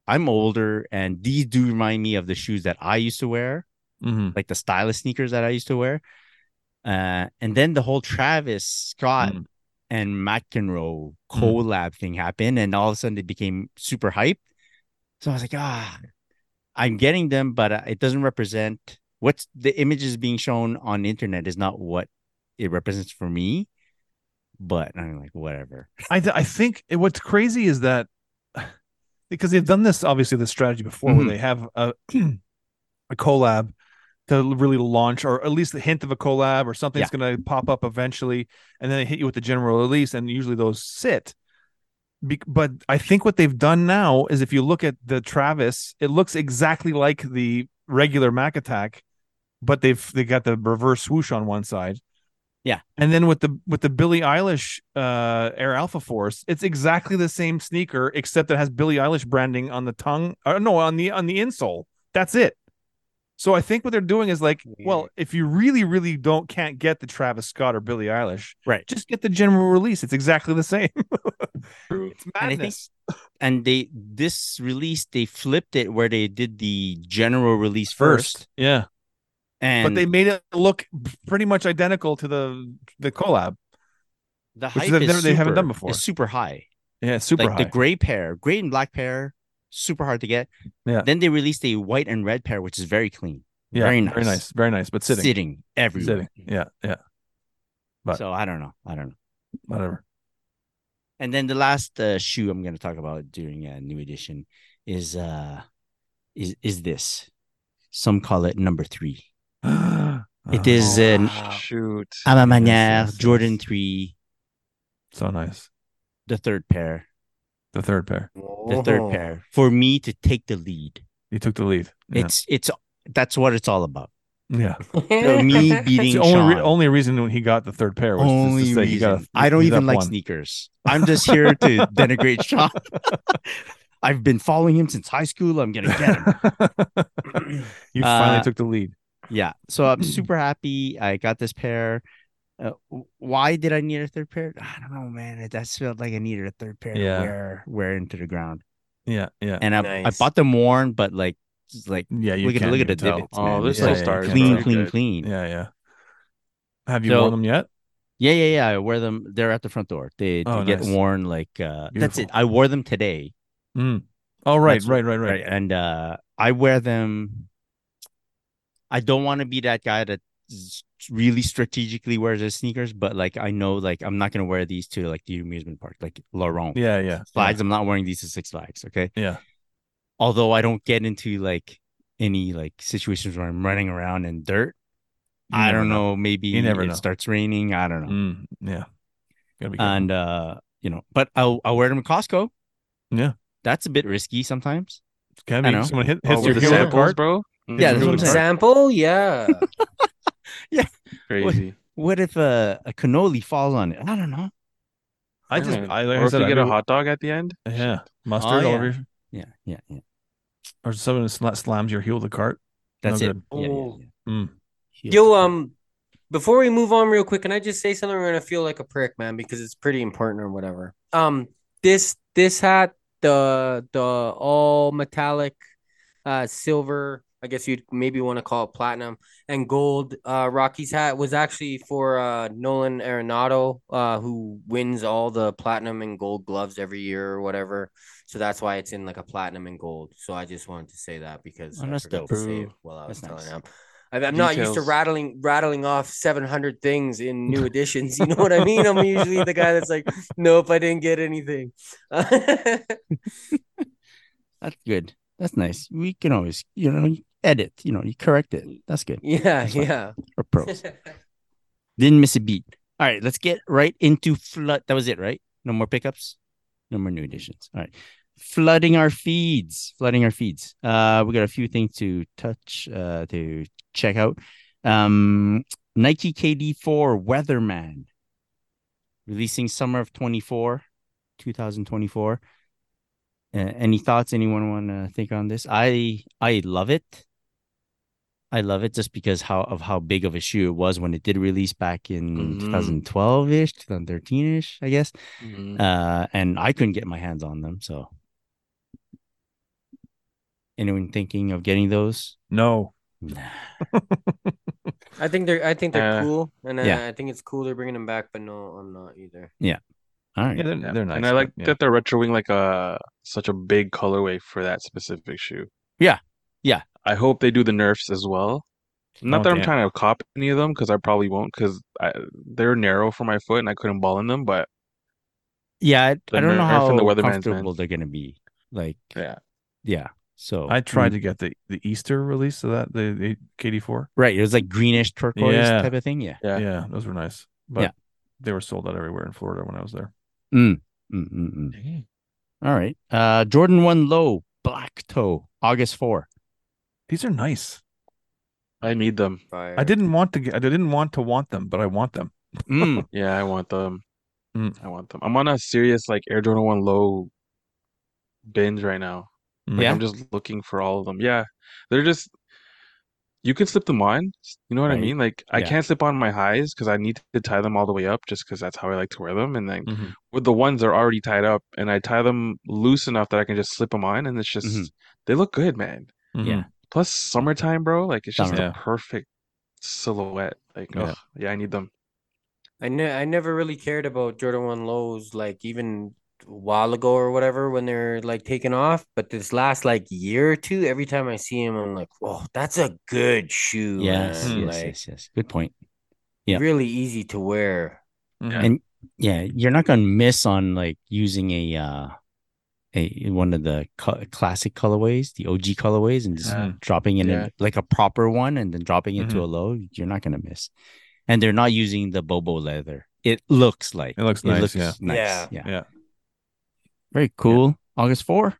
Speaker 2: I'm older and these do remind me of the shoes that I used to wear,
Speaker 5: Mhm.
Speaker 2: like the stylus sneakers that I used to wear. Uh, and then the whole Travis Scott
Speaker 5: Mm.
Speaker 2: and McEnroe collab thing happened, and all of a sudden they became super hyped. So I was like, ah, I'm getting them, but uh, it doesn't represent what's the images being shown on the internet is not what it represents for me. But I'm like, whatever.
Speaker 5: I, th- I think it- what's crazy is that because they've done this obviously this strategy before where
Speaker 2: Mhm.
Speaker 5: they have a a collab to really launch or at least the hint of a collab or something's going to pop up eventually and then they hit you with the general release and usually those sit Be- but I think what they've done now is if you look at the Travis it looks exactly like the regular Mac Attack but they've they got the reverse swoosh on one side and then with the with the Billie Eilish uh, Air Alpha Force, it's exactly the same sneaker except it has Billie Eilish branding on the tongue. Or no, on the on the insole. That's it. So I think what they're doing is like, well, if you really really don't can't get the Travis Scott or Billie Eilish,
Speaker 2: Right.
Speaker 5: just get the general release. It's exactly the same.
Speaker 3: True.
Speaker 5: it's
Speaker 2: And I think-
Speaker 5: madness.
Speaker 2: And they this release they flipped it where they did the general release first,
Speaker 5: yeah,
Speaker 2: and
Speaker 5: but they made it look pretty much identical to the the collab.
Speaker 2: the
Speaker 5: which
Speaker 2: hype
Speaker 5: they've
Speaker 2: is
Speaker 5: never- they haven't
Speaker 2: super-
Speaker 5: done before.
Speaker 2: is super high.
Speaker 5: Yeah, super
Speaker 2: like
Speaker 5: high.
Speaker 2: the gray pair, gray and black pair, super hard to get.
Speaker 5: Yeah.
Speaker 2: Then they released a white and red pair, which is very clean,
Speaker 5: yeah,
Speaker 2: very
Speaker 5: very
Speaker 2: nice.
Speaker 5: nice, very nice. But sitting, sitting,
Speaker 2: sitting everywhere.
Speaker 5: sitting. yeah, yeah, but-
Speaker 2: So I don't know, I don't know.
Speaker 5: whatever.
Speaker 2: And then the last uh, shoe I'm going to talk about during uh, new edition is uh is is this. Some call it number three.
Speaker 5: oh
Speaker 2: It is an
Speaker 4: Wow.
Speaker 3: Ah, Shoot.
Speaker 2: a ma manière
Speaker 5: yes, yes.
Speaker 2: Jordan 3,
Speaker 5: so nice.
Speaker 2: the third pair,
Speaker 5: The third pair.
Speaker 2: the
Speaker 4: Oh.
Speaker 2: third pair for me to take the lead.
Speaker 5: You took the lead. Yeah.
Speaker 2: It's it's that's what it's all about.
Speaker 5: yeah.
Speaker 2: So me beating
Speaker 5: It's the only re-
Speaker 2: Sean.
Speaker 5: only reason when he got the third pair was
Speaker 2: Only
Speaker 5: just to say he got.
Speaker 2: reason. I don't
Speaker 5: he's
Speaker 2: even
Speaker 5: up
Speaker 2: like
Speaker 5: one.
Speaker 2: sneakers. I'm just here to denigrate Sean. I've been following him since high school. I'm gonna get him.
Speaker 5: you finally
Speaker 2: Uh,
Speaker 5: took the lead.
Speaker 2: Yeah. So
Speaker 5: Mm.
Speaker 2: I'm super happy. I got this pair. Uh, w- why did I need a third pair? I don't know, man. It just felt like I needed a third pair
Speaker 5: Yeah.
Speaker 2: to wear wear into the ground.
Speaker 5: Yeah, yeah,
Speaker 2: And I, I
Speaker 4: Nice.
Speaker 2: bought them worn, but like just like
Speaker 5: yeah. You
Speaker 2: look at
Speaker 5: can,
Speaker 2: look at
Speaker 5: you
Speaker 2: the
Speaker 5: can tell.
Speaker 2: divots,
Speaker 3: Oh,
Speaker 2: man.
Speaker 3: they're
Speaker 2: It's,
Speaker 5: so
Speaker 2: like
Speaker 5: stark,
Speaker 2: clean,
Speaker 5: bro.
Speaker 2: clean,
Speaker 3: Good.
Speaker 2: clean.
Speaker 5: Yeah, yeah. Have you
Speaker 2: So-
Speaker 5: worn them yet?
Speaker 2: Yeah, yeah, yeah. I wear them. They're at the front door. They, they
Speaker 5: Oh,
Speaker 2: get
Speaker 5: nice.
Speaker 2: worn like uh that's it.
Speaker 5: Beautiful.
Speaker 2: I wore them today.
Speaker 5: Mm. Oh, right,
Speaker 2: That's-
Speaker 5: right, right, right,
Speaker 2: Right. And uh I wear them. I don't want to be that guy that s- really strategically wears his sneakers, but like I know like I'm not gonna wear these to like the amusement park, like Laurent.
Speaker 5: Yeah, yeah.
Speaker 2: Flags, I'm not wearing these to Six Flags, okay?
Speaker 5: Yeah.
Speaker 2: Although I don't get into like any like situations where I'm running around in dirt.
Speaker 5: You
Speaker 2: I
Speaker 5: never
Speaker 2: don't know. Maybe
Speaker 5: You never
Speaker 2: it
Speaker 5: know.
Speaker 2: starts raining. I don't know.
Speaker 5: Mm, yeah. Gotta be careful.
Speaker 2: and uh you know but i'll i'll wear them in costco
Speaker 5: Yeah.
Speaker 2: that's a bit risky sometimes
Speaker 5: Can
Speaker 2: I
Speaker 5: be
Speaker 2: know.
Speaker 5: someone hit,
Speaker 3: Oh,
Speaker 5: hits your
Speaker 3: with the
Speaker 5: heel with a
Speaker 3: samples,
Speaker 5: card?
Speaker 3: bro.
Speaker 2: Yeah,
Speaker 5: that's what I'm
Speaker 3: Mm,
Speaker 4: For
Speaker 5: saying.
Speaker 4: example, yeah.
Speaker 3: Crazy.
Speaker 2: what if a, a cannoli falls on it i don't know
Speaker 5: I just,
Speaker 3: Yeah.
Speaker 5: I like
Speaker 3: or
Speaker 5: I
Speaker 3: if
Speaker 5: said,
Speaker 3: you
Speaker 5: I
Speaker 3: get a
Speaker 5: do-
Speaker 3: hot dog at the end.
Speaker 5: yeah, mustard
Speaker 2: Oh,
Speaker 5: all
Speaker 2: yeah.
Speaker 5: over, your-
Speaker 2: yeah yeah yeah
Speaker 5: or someone sla- slams your heel with a cart.
Speaker 2: that's
Speaker 5: No
Speaker 2: it
Speaker 5: good.
Speaker 2: yeah, yeah,
Speaker 4: Oh.
Speaker 2: yeah.
Speaker 5: Mm.
Speaker 2: Heel to
Speaker 4: Yo,
Speaker 2: toe.
Speaker 4: um, before we move on real quick, can I just say something? We're gonna feel like a prick, man, because it's pretty important or whatever. Um, this this hat, the the all metallic, uh, silver. I guess you'd maybe want to call it platinum and gold. Uh, Rocky's hat was actually for uh Nolan Arenado, uh, who wins all the platinum and gold gloves every year or whatever. So that's why it's in like a platinum and gold. So I just wanted to say that because
Speaker 2: Oh,
Speaker 4: I
Speaker 2: that's
Speaker 4: forgot
Speaker 2: dope.
Speaker 4: to say it
Speaker 3: Ooh,
Speaker 4: while I was
Speaker 2: that's
Speaker 4: telling
Speaker 2: nice.
Speaker 4: him. I- I'm not used to
Speaker 3: Details.
Speaker 4: rattling rattling off 700 things in new editions. You know what I mean? I'm usually the guy that's like, nope, I didn't get anything.
Speaker 2: that's good that's nice we can always you know you edit you know you correct it that's good
Speaker 4: yeah,
Speaker 2: That's fine.
Speaker 4: yeah.
Speaker 2: or pros didn't miss a beat all right let's get right into flood that was it right no more pickups no more new additions all right flooding our feeds flooding our feeds uh we got a few things to touch uh to check out um nike kd4 weatherman releasing summer of 24 2024 uh, any thoughts anyone want to think on this i i love it I love it just because how of how big of a shoe it was when it did release back in
Speaker 3: Mhm.
Speaker 2: 2012 ish, 2013 ish, I guess.
Speaker 5: Mm-hmm.
Speaker 3: Mhm.
Speaker 2: Uh, and I couldn't get my hands on them. So, anyone thinking of getting those?
Speaker 5: No,
Speaker 2: Nah.
Speaker 4: I think they're I think they're
Speaker 3: Uh,
Speaker 4: cool, and uh,
Speaker 2: yeah.
Speaker 4: I think it's cool they're bringing them back. But no, I'm not either.
Speaker 2: All
Speaker 5: yeah,
Speaker 2: right.
Speaker 5: they're,
Speaker 3: Yeah.
Speaker 5: they're nice.
Speaker 3: And I like
Speaker 5: but, yeah.
Speaker 3: that they're retroing like a such a big colorway for that specific shoe.
Speaker 2: Yeah. Yeah.
Speaker 3: I hope they do the nerfs as well. Not
Speaker 5: Oh,
Speaker 3: that I'm
Speaker 5: damn.
Speaker 3: trying to cop any of them because I probably won't because they're narrow for my foot and I couldn't ball in them. But
Speaker 2: Yeah. I,
Speaker 3: The
Speaker 2: I don't know
Speaker 3: Nerf
Speaker 2: how
Speaker 3: and the Weatherman's, man.
Speaker 2: comfortable they're going to be. Like,
Speaker 3: yeah,
Speaker 2: yeah.
Speaker 3: Oh.
Speaker 2: So, Mm.
Speaker 5: I tried
Speaker 3: Mm.
Speaker 5: to get the, the Easter release of that the, the KD4.
Speaker 2: Right. It was like greenish turquoise
Speaker 5: Yeah.
Speaker 2: type of thing. Yeah.
Speaker 3: Yeah.
Speaker 5: Yeah. those were nice, but
Speaker 2: Yeah.
Speaker 5: they were sold out everywhere in Florida when I was there.
Speaker 2: Mm, mm, mm. All right. Uh, Jordan 1 Low, Black Toe, August 4.
Speaker 5: These are nice.
Speaker 3: I need them.
Speaker 5: I didn't want to get, I didn't want to want them, but I want them.
Speaker 2: Mm.
Speaker 3: Yeah, I want them.
Speaker 2: Hmm.
Speaker 5: Mm.
Speaker 3: I want them. I'm on a serious like Air Jordan One low binge right now.
Speaker 5: Mm-hmm.
Speaker 3: Like
Speaker 2: Yeah?
Speaker 3: I'm just looking for all of them. Yeah, they're just you can slip them on. You know what I
Speaker 2: Right.
Speaker 3: mean? Like I
Speaker 2: Yeah.
Speaker 3: can't slip on my highs because I need to tie them all the way up just because that's how I like to wear them. And then
Speaker 2: Mm-hmm.
Speaker 5: Mhm.
Speaker 3: with the ones they're already tied up, and I tie them loose enough that I can just slip them on, and it's just
Speaker 2: Mhm.
Speaker 3: they look good, man.
Speaker 2: Yeah.
Speaker 5: Mhm.
Speaker 3: Plus summertime, bro. Like it's just
Speaker 2: Summer.
Speaker 3: the perfect silhouette. Like
Speaker 5: Yeah.
Speaker 3: yeah, yeah I need them.
Speaker 4: I ne- I never really cared about Jordan One lows, like even a while ago or whatever when they're like taking off. But this last like year or two, every time I see him, I'm like, whoa, that's a good shoe.
Speaker 2: Yes,
Speaker 4: man."
Speaker 2: yes,
Speaker 4: like,
Speaker 2: yes, yes. Good point. yeah.
Speaker 4: really easy to wear.
Speaker 5: Mhm.
Speaker 3: Yeah.
Speaker 2: And- Yeah, you're not gonna miss on like using a uh a, one of the co- classic colorways, the OG colorways, and just
Speaker 3: Yeah.
Speaker 5: Mm-hmm.
Speaker 2: dropping in
Speaker 3: Yeah.
Speaker 2: a, like a proper one and then dropping it to
Speaker 5: Mhm.
Speaker 2: a low, you're not gonna miss. And they're not using the Bobo leather. It looks like
Speaker 5: It looks nice, yeah.
Speaker 2: nice,
Speaker 4: Yeah.
Speaker 2: yeah,
Speaker 5: Yeah.
Speaker 2: very cool. August four,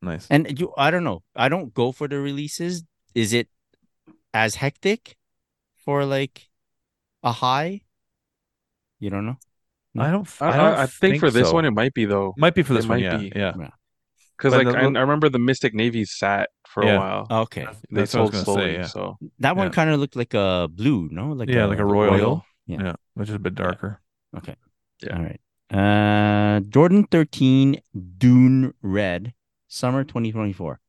Speaker 5: Nice.
Speaker 2: and you, I don't know, I don't go for the releases. Is it as hectic for like a high? You don't know.
Speaker 5: I don't. f-
Speaker 3: I, I,
Speaker 5: don't
Speaker 3: I think, for this
Speaker 5: so.
Speaker 3: one it might be though,
Speaker 5: might be for this
Speaker 3: it
Speaker 5: one.
Speaker 3: might
Speaker 5: Yeah,
Speaker 3: be.
Speaker 5: yeah. But
Speaker 3: because like
Speaker 5: the
Speaker 3: I,
Speaker 5: look-
Speaker 3: I remember the Mystic Navy sat for
Speaker 5: Yeah.
Speaker 3: a while.
Speaker 2: Okay,
Speaker 5: That's
Speaker 3: they
Speaker 5: what I was
Speaker 3: sold
Speaker 5: gonna say,
Speaker 3: slowly,
Speaker 5: yeah.
Speaker 3: so
Speaker 2: that one
Speaker 5: Yeah.
Speaker 2: kind of looked like a blue, no? Like
Speaker 5: Yeah, like a royal.
Speaker 2: Yeah.
Speaker 5: yeah, which is a bit darker.
Speaker 3: Yeah.
Speaker 2: All right. Uh, Jordan 13 Dune Red, summer 2024.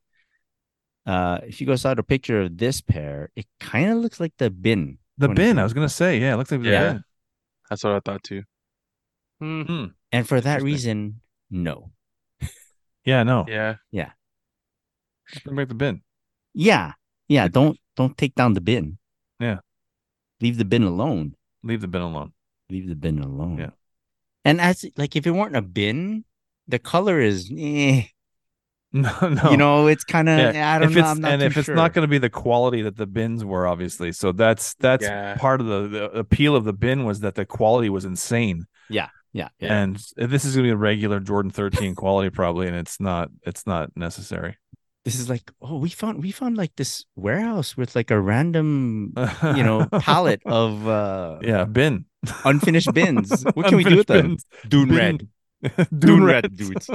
Speaker 2: Uh, if you guys out a picture of this pair, it kind of looks like the bin.
Speaker 5: The bin.
Speaker 2: 24.
Speaker 5: I was gonna say. Yeah, it looks like the
Speaker 3: Yeah.
Speaker 5: bin.
Speaker 3: that's what I thought too.
Speaker 2: And for that
Speaker 5: Interesting.
Speaker 2: reason, no.
Speaker 5: Yeah, no.
Speaker 3: Yeah,
Speaker 5: Just bring back the bin.
Speaker 2: Yeah. Yeah. Don't don't take down the bin.
Speaker 5: Yeah.
Speaker 2: Leave the bin alone.
Speaker 5: Leave the bin alone.
Speaker 2: Leave the bin alone.
Speaker 5: Yeah.
Speaker 2: And as like if it weren't a bin, the color is eh,
Speaker 5: No, no.
Speaker 2: you know, it's kind of I don't
Speaker 5: Oh. if
Speaker 2: know.
Speaker 5: it's
Speaker 2: I'm not
Speaker 5: and
Speaker 2: too
Speaker 5: if it's
Speaker 2: sure.
Speaker 5: not going to be the quality that the bins were, obviously. So that's that's
Speaker 3: Yeah.
Speaker 5: part of the, the appeal of the bin was that the quality was insane.
Speaker 2: yeah, yeah.
Speaker 5: And this is going to be a regular Jordan 13 quality probably, and it's not it's not necessary.
Speaker 2: this is like oh we found we found like this warehouse with like a random you know palette of uh
Speaker 5: yeah, bin.
Speaker 2: unfinished bins what can we do with
Speaker 5: Unfinished
Speaker 2: them
Speaker 5: bins.
Speaker 2: dune
Speaker 5: Bin.
Speaker 2: red
Speaker 5: Dune,
Speaker 2: Dune
Speaker 5: red.
Speaker 2: red, dudes.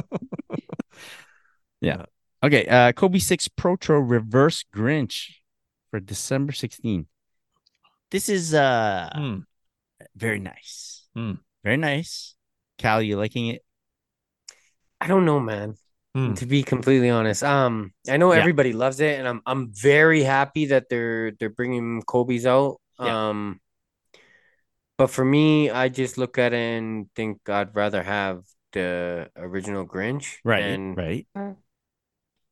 Speaker 2: okay uh kobe 6 protro reverse grinch for december 16 this is uh
Speaker 5: Hmm.
Speaker 2: very nice
Speaker 5: Hmm.
Speaker 2: very nice cal you liking it
Speaker 4: I don't know, man.
Speaker 5: Hmm.
Speaker 4: To be completely honest, um, I know
Speaker 2: Yeah.
Speaker 4: everybody loves it, and I'm I'm very happy that they're they're bringing Kobe's out.
Speaker 2: Yeah.
Speaker 4: Um, but for me, I just look at it and think I'd rather have the original Grinch,
Speaker 2: right
Speaker 4: And
Speaker 2: right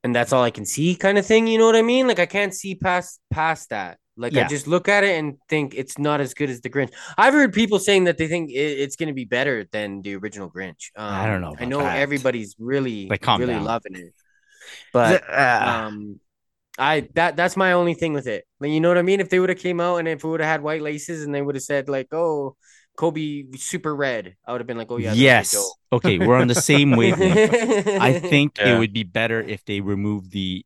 Speaker 4: and that's all I can see, kind of thing. You know what I mean? Like I can't see past past that. Like
Speaker 2: Yeah.
Speaker 4: I just look at it and think it's not as good as the Grinch. I've heard people saying that they think it, it's going to be better than the original Grinch. Um,
Speaker 2: I don't know
Speaker 4: I
Speaker 2: about
Speaker 4: know
Speaker 2: that.
Speaker 4: everybody's really
Speaker 2: Like, calm
Speaker 4: really
Speaker 2: down.
Speaker 4: loving it, but
Speaker 2: Ah,
Speaker 4: um, I that that's my only thing with it. Like, you know what I mean? If they would have came out and if we would have had white laces and they would have said like, "Oh, Kobe super red," I would have been like, "Oh yeah, those are
Speaker 2: yes
Speaker 4: dope."
Speaker 2: okay we're on the same wavelength I think
Speaker 3: Yeah.
Speaker 2: it would be better if they remove the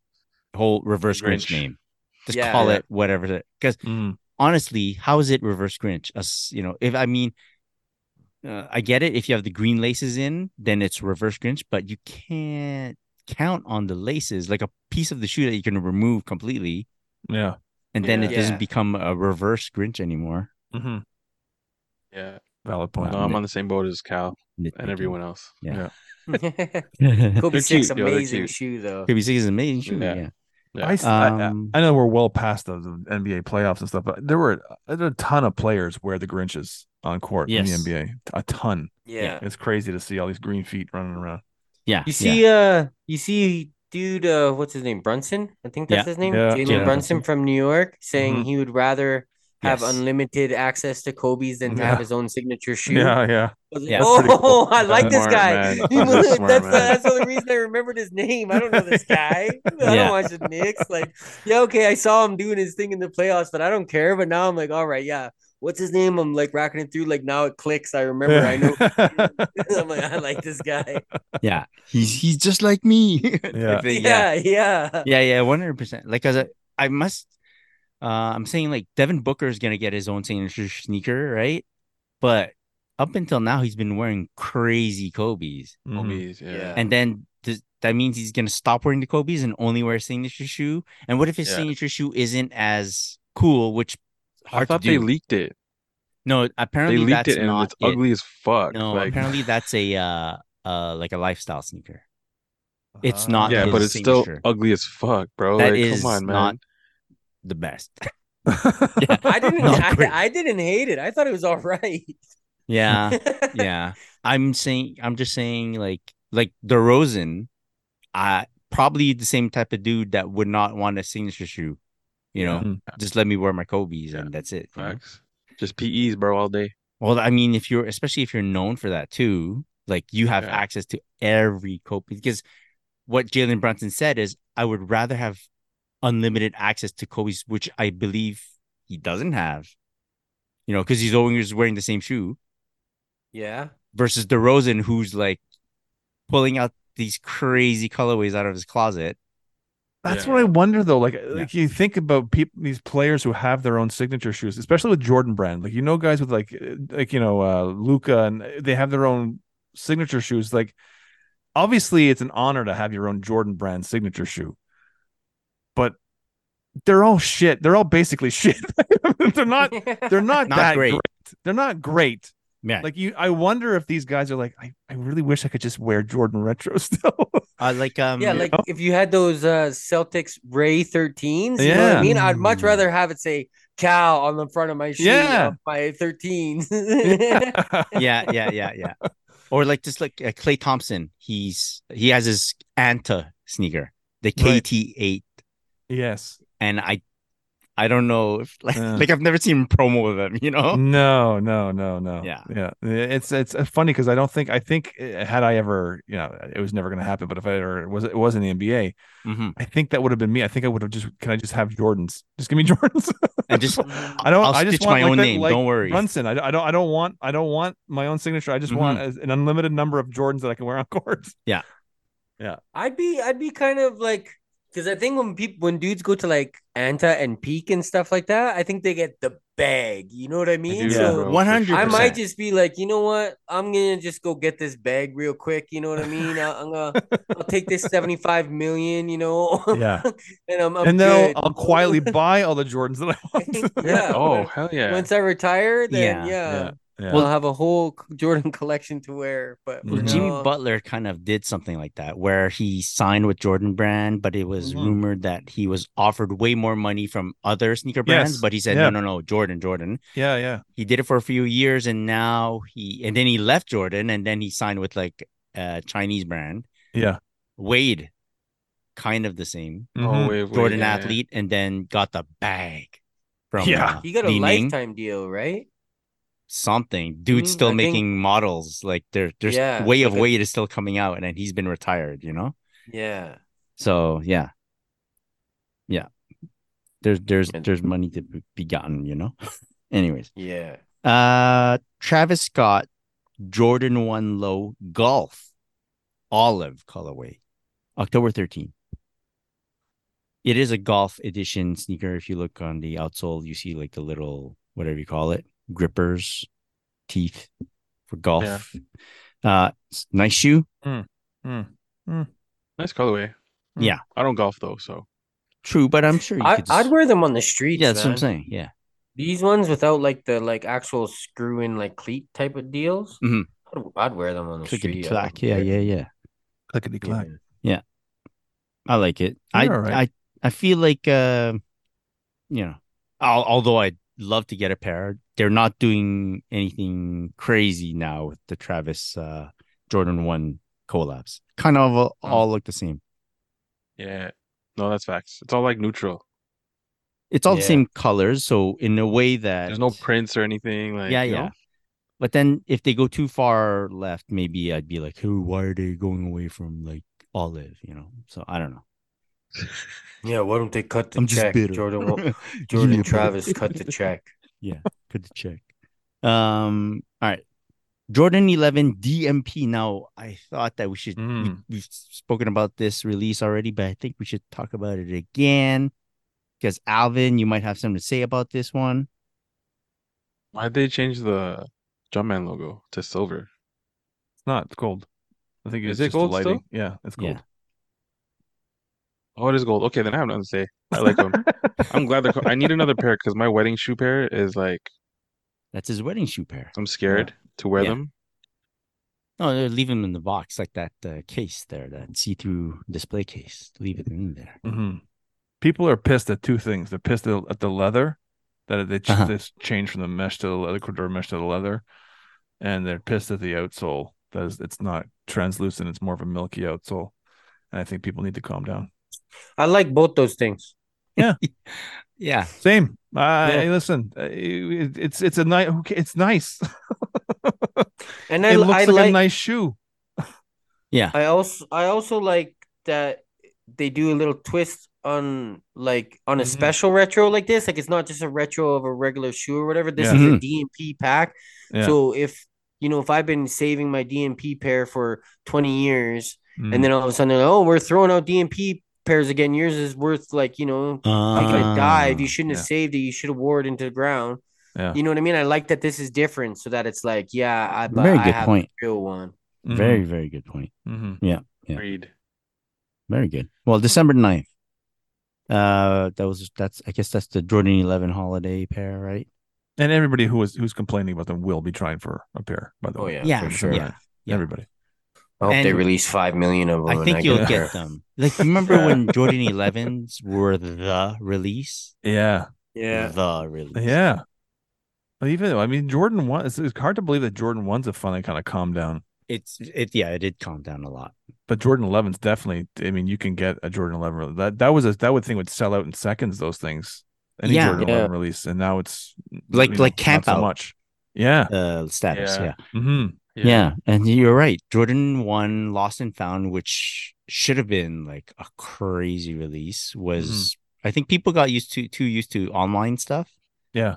Speaker 2: whole reverse Grinch,
Speaker 3: Grinch.
Speaker 2: name. Just
Speaker 4: Yeah.
Speaker 2: call
Speaker 3: Yeah.
Speaker 2: it whatever. Because
Speaker 5: Hmm.
Speaker 2: honestly, how is it reverse Grinch? Us, you know, if I mean, uh, I get it. If you have the green laces in, then it's reverse Grinch. But you can't count on the laces, like a piece of the shoe that you can remove completely,
Speaker 5: Yeah.
Speaker 2: and then
Speaker 3: Yeah.
Speaker 2: it doesn't
Speaker 4: Yeah.
Speaker 2: become a reverse Grinch anymore.
Speaker 5: hmm
Speaker 3: yeah.
Speaker 5: Valid
Speaker 2: Wow.
Speaker 5: point.
Speaker 3: No, I'm on the same boat as Cal and
Speaker 2: Nitpicking.
Speaker 3: everyone else.
Speaker 2: Kobe
Speaker 4: Kobe
Speaker 3: They're
Speaker 4: six
Speaker 3: cute, yo, they're
Speaker 4: amazing
Speaker 3: cute.
Speaker 4: shoe though.
Speaker 2: Six is an amazing shoe.
Speaker 3: Yeah.
Speaker 2: Yeah.
Speaker 3: Yeah.
Speaker 5: I, s- I- I-
Speaker 2: Um,
Speaker 5: I know we're well past the, the NBA playoffs and stuff, but there were, there were a ton of players wear the Grinches on court
Speaker 2: Yes.
Speaker 5: in the NBA. A ton.
Speaker 4: Yeah.
Speaker 5: It's crazy to see all these green feet running around.
Speaker 2: Yeah.
Speaker 4: You see, uh, you see, dude, uh, what's his name? Brunson, I think that's
Speaker 2: Yeah.
Speaker 4: his name.
Speaker 5: Yeah.
Speaker 4: Jalen
Speaker 2: Jalen
Speaker 4: Brunson from New York, saying Mm-hmm.
Speaker 5: Mhm.
Speaker 4: he would rather have
Speaker 2: Yes.
Speaker 4: unlimited access to Kobe's than to
Speaker 5: Yeah.
Speaker 4: have his own signature shoe.
Speaker 5: Yeah, yeah.
Speaker 4: I was like,
Speaker 2: Yeah, that's
Speaker 4: oh,
Speaker 5: pretty cool.
Speaker 4: I like this
Speaker 3: Smart
Speaker 4: guy.
Speaker 3: man.
Speaker 4: He was- that's,
Speaker 3: That's a smart
Speaker 4: that's,
Speaker 3: man.
Speaker 4: the only reason I remembered his name. I don't know this guy. I
Speaker 2: Yeah.
Speaker 4: don't watch the Knicks. Like, yeah, okay, I saw him doing his thing in the playoffs, but I don't care. But now I'm like, all right, yeah. What's his name? I'm like racking it through. Like now it clicks. I remember. I know. I'm like, I like this guy.
Speaker 2: Yeah. He's he's just like me. type
Speaker 5: Yeah.
Speaker 2: thing,
Speaker 4: Yeah, yeah.
Speaker 2: yeah, yeah, one hundred percent. Like, cause I, I must, uh, I'm saying like Devin Booker is gonna get his own signature sneaker, right? But up until now, he's been wearing crazy Kobe's,
Speaker 5: Mhm.
Speaker 3: Homies, yeah.
Speaker 4: Yeah.
Speaker 2: and then does, that means he's gonna stop wearing the Kobe's and only wear a signature shoe. And what if his
Speaker 3: Yeah.
Speaker 2: signature shoe isn't as cool? Which
Speaker 3: I
Speaker 2: hard to
Speaker 3: thought they
Speaker 2: do.
Speaker 3: leaked it.
Speaker 2: no,
Speaker 3: They
Speaker 2: apparently
Speaker 3: leaked
Speaker 2: that's
Speaker 3: it, and
Speaker 2: not
Speaker 3: it's ugly as fuck.
Speaker 2: No,
Speaker 3: like,
Speaker 2: apparently that's a uh, uh, like a lifestyle sneaker. It's not
Speaker 4: uh,
Speaker 3: yeah, but
Speaker 2: his
Speaker 3: it's still
Speaker 2: signature.
Speaker 3: ugly as fuck, bro.
Speaker 2: That
Speaker 3: like,
Speaker 2: is
Speaker 3: come on, man.
Speaker 2: not the best.
Speaker 4: I didn't.
Speaker 2: Not
Speaker 4: I,
Speaker 2: great.
Speaker 4: I didn't hate it. I thought it was all right.
Speaker 2: yeah. yeah. I'm saying I'm just saying like like DeRozan, I probably the same type of dude that would not want a signature shoe. You know,
Speaker 5: Mhm.
Speaker 2: just let me wear my Kobe's and that's it. you know?
Speaker 3: Facts. Just PEs, bro, all day.
Speaker 2: Well, I mean, if you're especially if you're known for that too, Like you have
Speaker 3: Yeah.
Speaker 2: access to every Kobe because what Jalen Brunson said is, I would rather have unlimited access to Kobe's, which I believe he doesn't have. You know, because he's always wearing the same shoe
Speaker 4: Yeah.
Speaker 2: versus DeRozan, who's like pulling out these crazy colorways out of his closet.
Speaker 5: That's
Speaker 3: Yeah.
Speaker 5: what I wonder though. Like, uh, like you think about people, these players who have their own signature shoes, especially with Jordan Brand. Like you know, guys with like, uh, like you know, uh, Luca, and they have their own signature shoes. Like, obviously, it's an honor to have your own Jordan Brand signature shoe, but they're all shit. They're all basically shit. they're not. They're not,
Speaker 2: Not
Speaker 5: that
Speaker 2: great.
Speaker 5: great. They're not great.
Speaker 2: Yeah.
Speaker 5: Like you, I wonder if these guys are like, I, I really wish I could just wear Jordan retro still.
Speaker 2: Uh, like um
Speaker 4: yeah, like if you had those uh Celtics Ray 13s, you know what I
Speaker 5: Yeah.
Speaker 4: mean? I'd much
Speaker 2: Mm.
Speaker 4: rather have it say cow on the front of my shoe,
Speaker 5: Yeah.
Speaker 4: of my 13s.
Speaker 2: yeah, yeah, yeah, yeah. Or like just like uh, Clay Thompson, he's he has his Anta sneaker, the
Speaker 5: Right.
Speaker 2: KT8,
Speaker 5: yes.
Speaker 2: and I I don't know if like,
Speaker 5: Yeah.
Speaker 2: like I've never seen promo of them, you know.
Speaker 5: No, no, no, no.
Speaker 2: Yeah.
Speaker 5: yeah. It's it's uh, funny because I don't think I think uh, had I ever you know it was never going to happen, but if I ever was it was in the NBA,
Speaker 2: Mhm.
Speaker 5: I think that would have been me. I think I would have just can I just have Jordans? Just give me Jordans.
Speaker 2: And just
Speaker 5: I don't.
Speaker 2: I'll
Speaker 5: I just
Speaker 2: stitch
Speaker 5: want
Speaker 2: my
Speaker 5: like
Speaker 2: own
Speaker 5: that,
Speaker 2: name.
Speaker 5: like
Speaker 2: don't worry.
Speaker 5: Brunson. I, I don't. I don't want. I don't want my own signature. I
Speaker 3: Mm-hmm.
Speaker 5: just want a- an unlimited number of Jordans that I can wear on court.
Speaker 4: I'd be I'd be kind of like because I think when people when dudes go to like Anta and Peak and stuff like that, I think they get the bag. You know what I mean?
Speaker 5: do,
Speaker 4: so
Speaker 5: bro.
Speaker 2: One hundred.
Speaker 4: I might
Speaker 2: percent.
Speaker 4: just be like, you know what? I'm gonna just go get this bag real quick. You know what I mean? I, I'm gonna I'll take this 75 million. You know?
Speaker 5: Yeah.
Speaker 4: and I'm, I'm
Speaker 5: and then
Speaker 4: good.
Speaker 5: I'll, I'll quietly buy all the Jordans that I want.
Speaker 4: yeah.
Speaker 3: Oh
Speaker 4: when-
Speaker 3: hell yeah!
Speaker 4: Once I retire, then yeah,
Speaker 2: Yeah.
Speaker 5: yeah. Yeah.
Speaker 4: I'll have a whole c- Jordan collection to wear. But
Speaker 2: Well,
Speaker 5: Mhm.
Speaker 2: Jimmy
Speaker 4: no.
Speaker 2: Butler kind of did something like that, where he signed with Jordan Brand, but it was
Speaker 5: Mhm.
Speaker 2: rumored that he was offered way more money from other sneaker brands.
Speaker 5: Yes.
Speaker 2: But he said,
Speaker 5: Yeah.
Speaker 2: no, no, no, Jordan, Jordan.
Speaker 5: yeah. Yeah.
Speaker 2: he did it for a few years and now he and then he left Jordan and then he signed with like a Chinese brand.
Speaker 5: Yeah.
Speaker 2: Wade, kind of the same.
Speaker 5: Mhm.
Speaker 3: oh, wait, wait,
Speaker 2: Jordan
Speaker 3: yeah, yeah.
Speaker 2: athlete and then got the bag from
Speaker 5: Yeah.
Speaker 2: uh,
Speaker 4: he got a
Speaker 2: Li Ning,
Speaker 4: lifetime deal, right?
Speaker 2: something. Dude's
Speaker 4: Mhm,
Speaker 2: still
Speaker 4: I think-
Speaker 2: making models. Like there there's
Speaker 4: Yeah,
Speaker 2: way of
Speaker 4: like a-
Speaker 2: Wade is still coming out and then he's been retired, you know?
Speaker 4: Yeah.
Speaker 2: So yeah. Yeah. There's there's
Speaker 4: And-
Speaker 2: there's money to be- be gotten, you know? Anyways.
Speaker 4: Yeah.
Speaker 2: Uh, Travis Scott, Jordan One Low Golf, Olive colorway, October 13th. It is a golf edition sneaker. If you look on the outsole, you see like the little whatever you call it, grippers, teeth for golf. Uh, it's a nice shoe.
Speaker 3: Nice colorway. Hmm.
Speaker 2: Yeah.
Speaker 3: I don't golf though, so
Speaker 2: True, but I'm sure you
Speaker 4: I,
Speaker 2: could.
Speaker 4: I'd wear them on the street.
Speaker 2: yeah, that's what I'm
Speaker 4: man.
Speaker 2: saying. Yeah,
Speaker 4: These ones without like the like actual screw in like cleat type of deals.
Speaker 2: Mhm.
Speaker 4: I'd, I'd wear them on the
Speaker 2: clickety
Speaker 4: street. I
Speaker 2: clack.
Speaker 4: wouldn't
Speaker 2: Yeah,
Speaker 4: care.
Speaker 2: yeah, yeah.
Speaker 5: Clickety clack.
Speaker 2: I like it. I,
Speaker 5: You're all right.
Speaker 2: I I feel like uh, you know, al- although I'd love to get a pair, they're not doing anything crazy now with the Travis uh, Jordan One collabs. Kind of all, all look the same.
Speaker 3: yeah. No, that's facts. It's all like neutral.
Speaker 2: It's all the
Speaker 4: Yeah.
Speaker 2: same colors, so in a way that
Speaker 3: There's no prints or anything. Like
Speaker 2: yeah,
Speaker 3: you
Speaker 2: yeah.
Speaker 3: know?
Speaker 2: But then if they go too far left, maybe I'd be like, "Hey, why are they going away from like olive?" You know. So I don't know.
Speaker 4: Yeah, why don't they cut the
Speaker 2: I'm just
Speaker 4: check?
Speaker 2: bitter.
Speaker 4: Jordan, wa-
Speaker 2: Give me a
Speaker 4: Jordan
Speaker 2: break.
Speaker 4: Travis cut the check.
Speaker 2: Good to check. Um, all right. Jordan 11 DMP. Now, I thought that we should, we,
Speaker 5: Mm.
Speaker 2: we've spoken about this release already, but I think we should talk about it again because Alvin, you might have something to say about this one.
Speaker 3: Why'd they change the Jumpman logo to silver?
Speaker 5: It's not. It's gold. I think
Speaker 3: Is
Speaker 5: it's
Speaker 3: it
Speaker 5: just the
Speaker 3: gold still?
Speaker 5: lighting. Yeah, it's
Speaker 2: Yeah.
Speaker 5: gold.
Speaker 3: Oh, it is gold. Okay, then I have nothing to say. I like them. I'm glad they're. co- I need another pair because my wedding shoe pair is like
Speaker 2: That's his wedding shoe pair.
Speaker 3: I'm scared to wear
Speaker 2: Yeah.
Speaker 3: them.
Speaker 2: No, no, leave him in the box, like that uh, case there, that see through display case. Leave it in there.
Speaker 5: Mhm. People are pissed at two things. They're pissed at, at the leather that they ch-
Speaker 2: Uh-huh.
Speaker 5: this change from the mesh to the leather, corduroy mesh to the leather, and they're pissed at the outsole that is, it's not translucent. It's more of a milky outsole, and I think people need to calm down.
Speaker 4: I like both those things.
Speaker 2: Yeah.
Speaker 5: Same. Uh,
Speaker 4: Yeah.
Speaker 5: Hey, listen, uh, it- it's it's a nice. It's nice.
Speaker 4: And I,
Speaker 5: it looks
Speaker 4: I
Speaker 5: like,
Speaker 4: like
Speaker 5: a nice shoe.
Speaker 4: I also I also like that they do a little twist on like on a
Speaker 3: Mhm.
Speaker 4: special retro like this. Like it's not just a retro of a regular shoe or whatever. This
Speaker 5: Yeah.
Speaker 4: is a
Speaker 2: Mhm.
Speaker 4: DMP pack.
Speaker 5: Yeah.
Speaker 4: So if you know if I've been saving my DMP pair for 20 years
Speaker 5: Mm-hmm.
Speaker 4: and then all of a sudden they're like, oh we're throwing out DMP pairs again. Yours is worth like, you know,
Speaker 2: Uh,
Speaker 4: taking a dive. You shouldn't
Speaker 5: yeah.
Speaker 4: have saved it. You should have wore it into the ground.
Speaker 5: Yeah.
Speaker 4: You know what I mean? I like that this is different so that it's like, yeah, I but
Speaker 2: very
Speaker 4: I
Speaker 2: good
Speaker 4: have
Speaker 2: point.
Speaker 4: a real one.
Speaker 5: Mhm.
Speaker 2: Very, very good point.
Speaker 5: Mhm.
Speaker 2: Yeah.
Speaker 3: Agreed.
Speaker 2: Very good. Well, December 9th. Uh, that was that's I guess that's the Jordan 11 holiday pair, right?
Speaker 5: And everybody who is who's complaining about them will be trying for a pair. By the
Speaker 4: Oh
Speaker 5: way,
Speaker 4: yeah.
Speaker 2: Yeah,
Speaker 5: For
Speaker 4: for sure.
Speaker 5: sure.
Speaker 2: yeah. yeah.
Speaker 5: Everybody.
Speaker 4: I hope they
Speaker 2: And-
Speaker 4: release five million of them.
Speaker 2: I
Speaker 4: and
Speaker 2: think you'll
Speaker 4: a pair.
Speaker 2: get them. Like remember when Jordan 11s were the release?
Speaker 5: Yeah.
Speaker 4: Yeah.
Speaker 2: The release.
Speaker 5: Yeah. But even though I mean Jordan one, it's, it's hard to believe that Jordan ones have finally kind of calmed down.
Speaker 2: It's it yeah, it did calm down a lot.
Speaker 5: But Jordan 11's definitely. I mean, you can get a Jordan 11. re- That that was a that would thing would sell out in seconds. Those things. Any
Speaker 2: Yeah.
Speaker 5: Jordan
Speaker 4: Yeah.
Speaker 5: 11 release, and now it's
Speaker 2: Like-
Speaker 5: you
Speaker 2: like
Speaker 5: not
Speaker 2: camp
Speaker 5: so
Speaker 2: out.
Speaker 5: much. Yeah.
Speaker 2: Uh status,
Speaker 3: Yeah.
Speaker 2: yeah.
Speaker 5: hmm
Speaker 2: Yeah. And you're right. Jordan 1 Lost and Found, which should have been like a crazy release,
Speaker 5: Mm-hmm.
Speaker 2: was I think people got used to too used to online stuff.
Speaker 5: Yeah.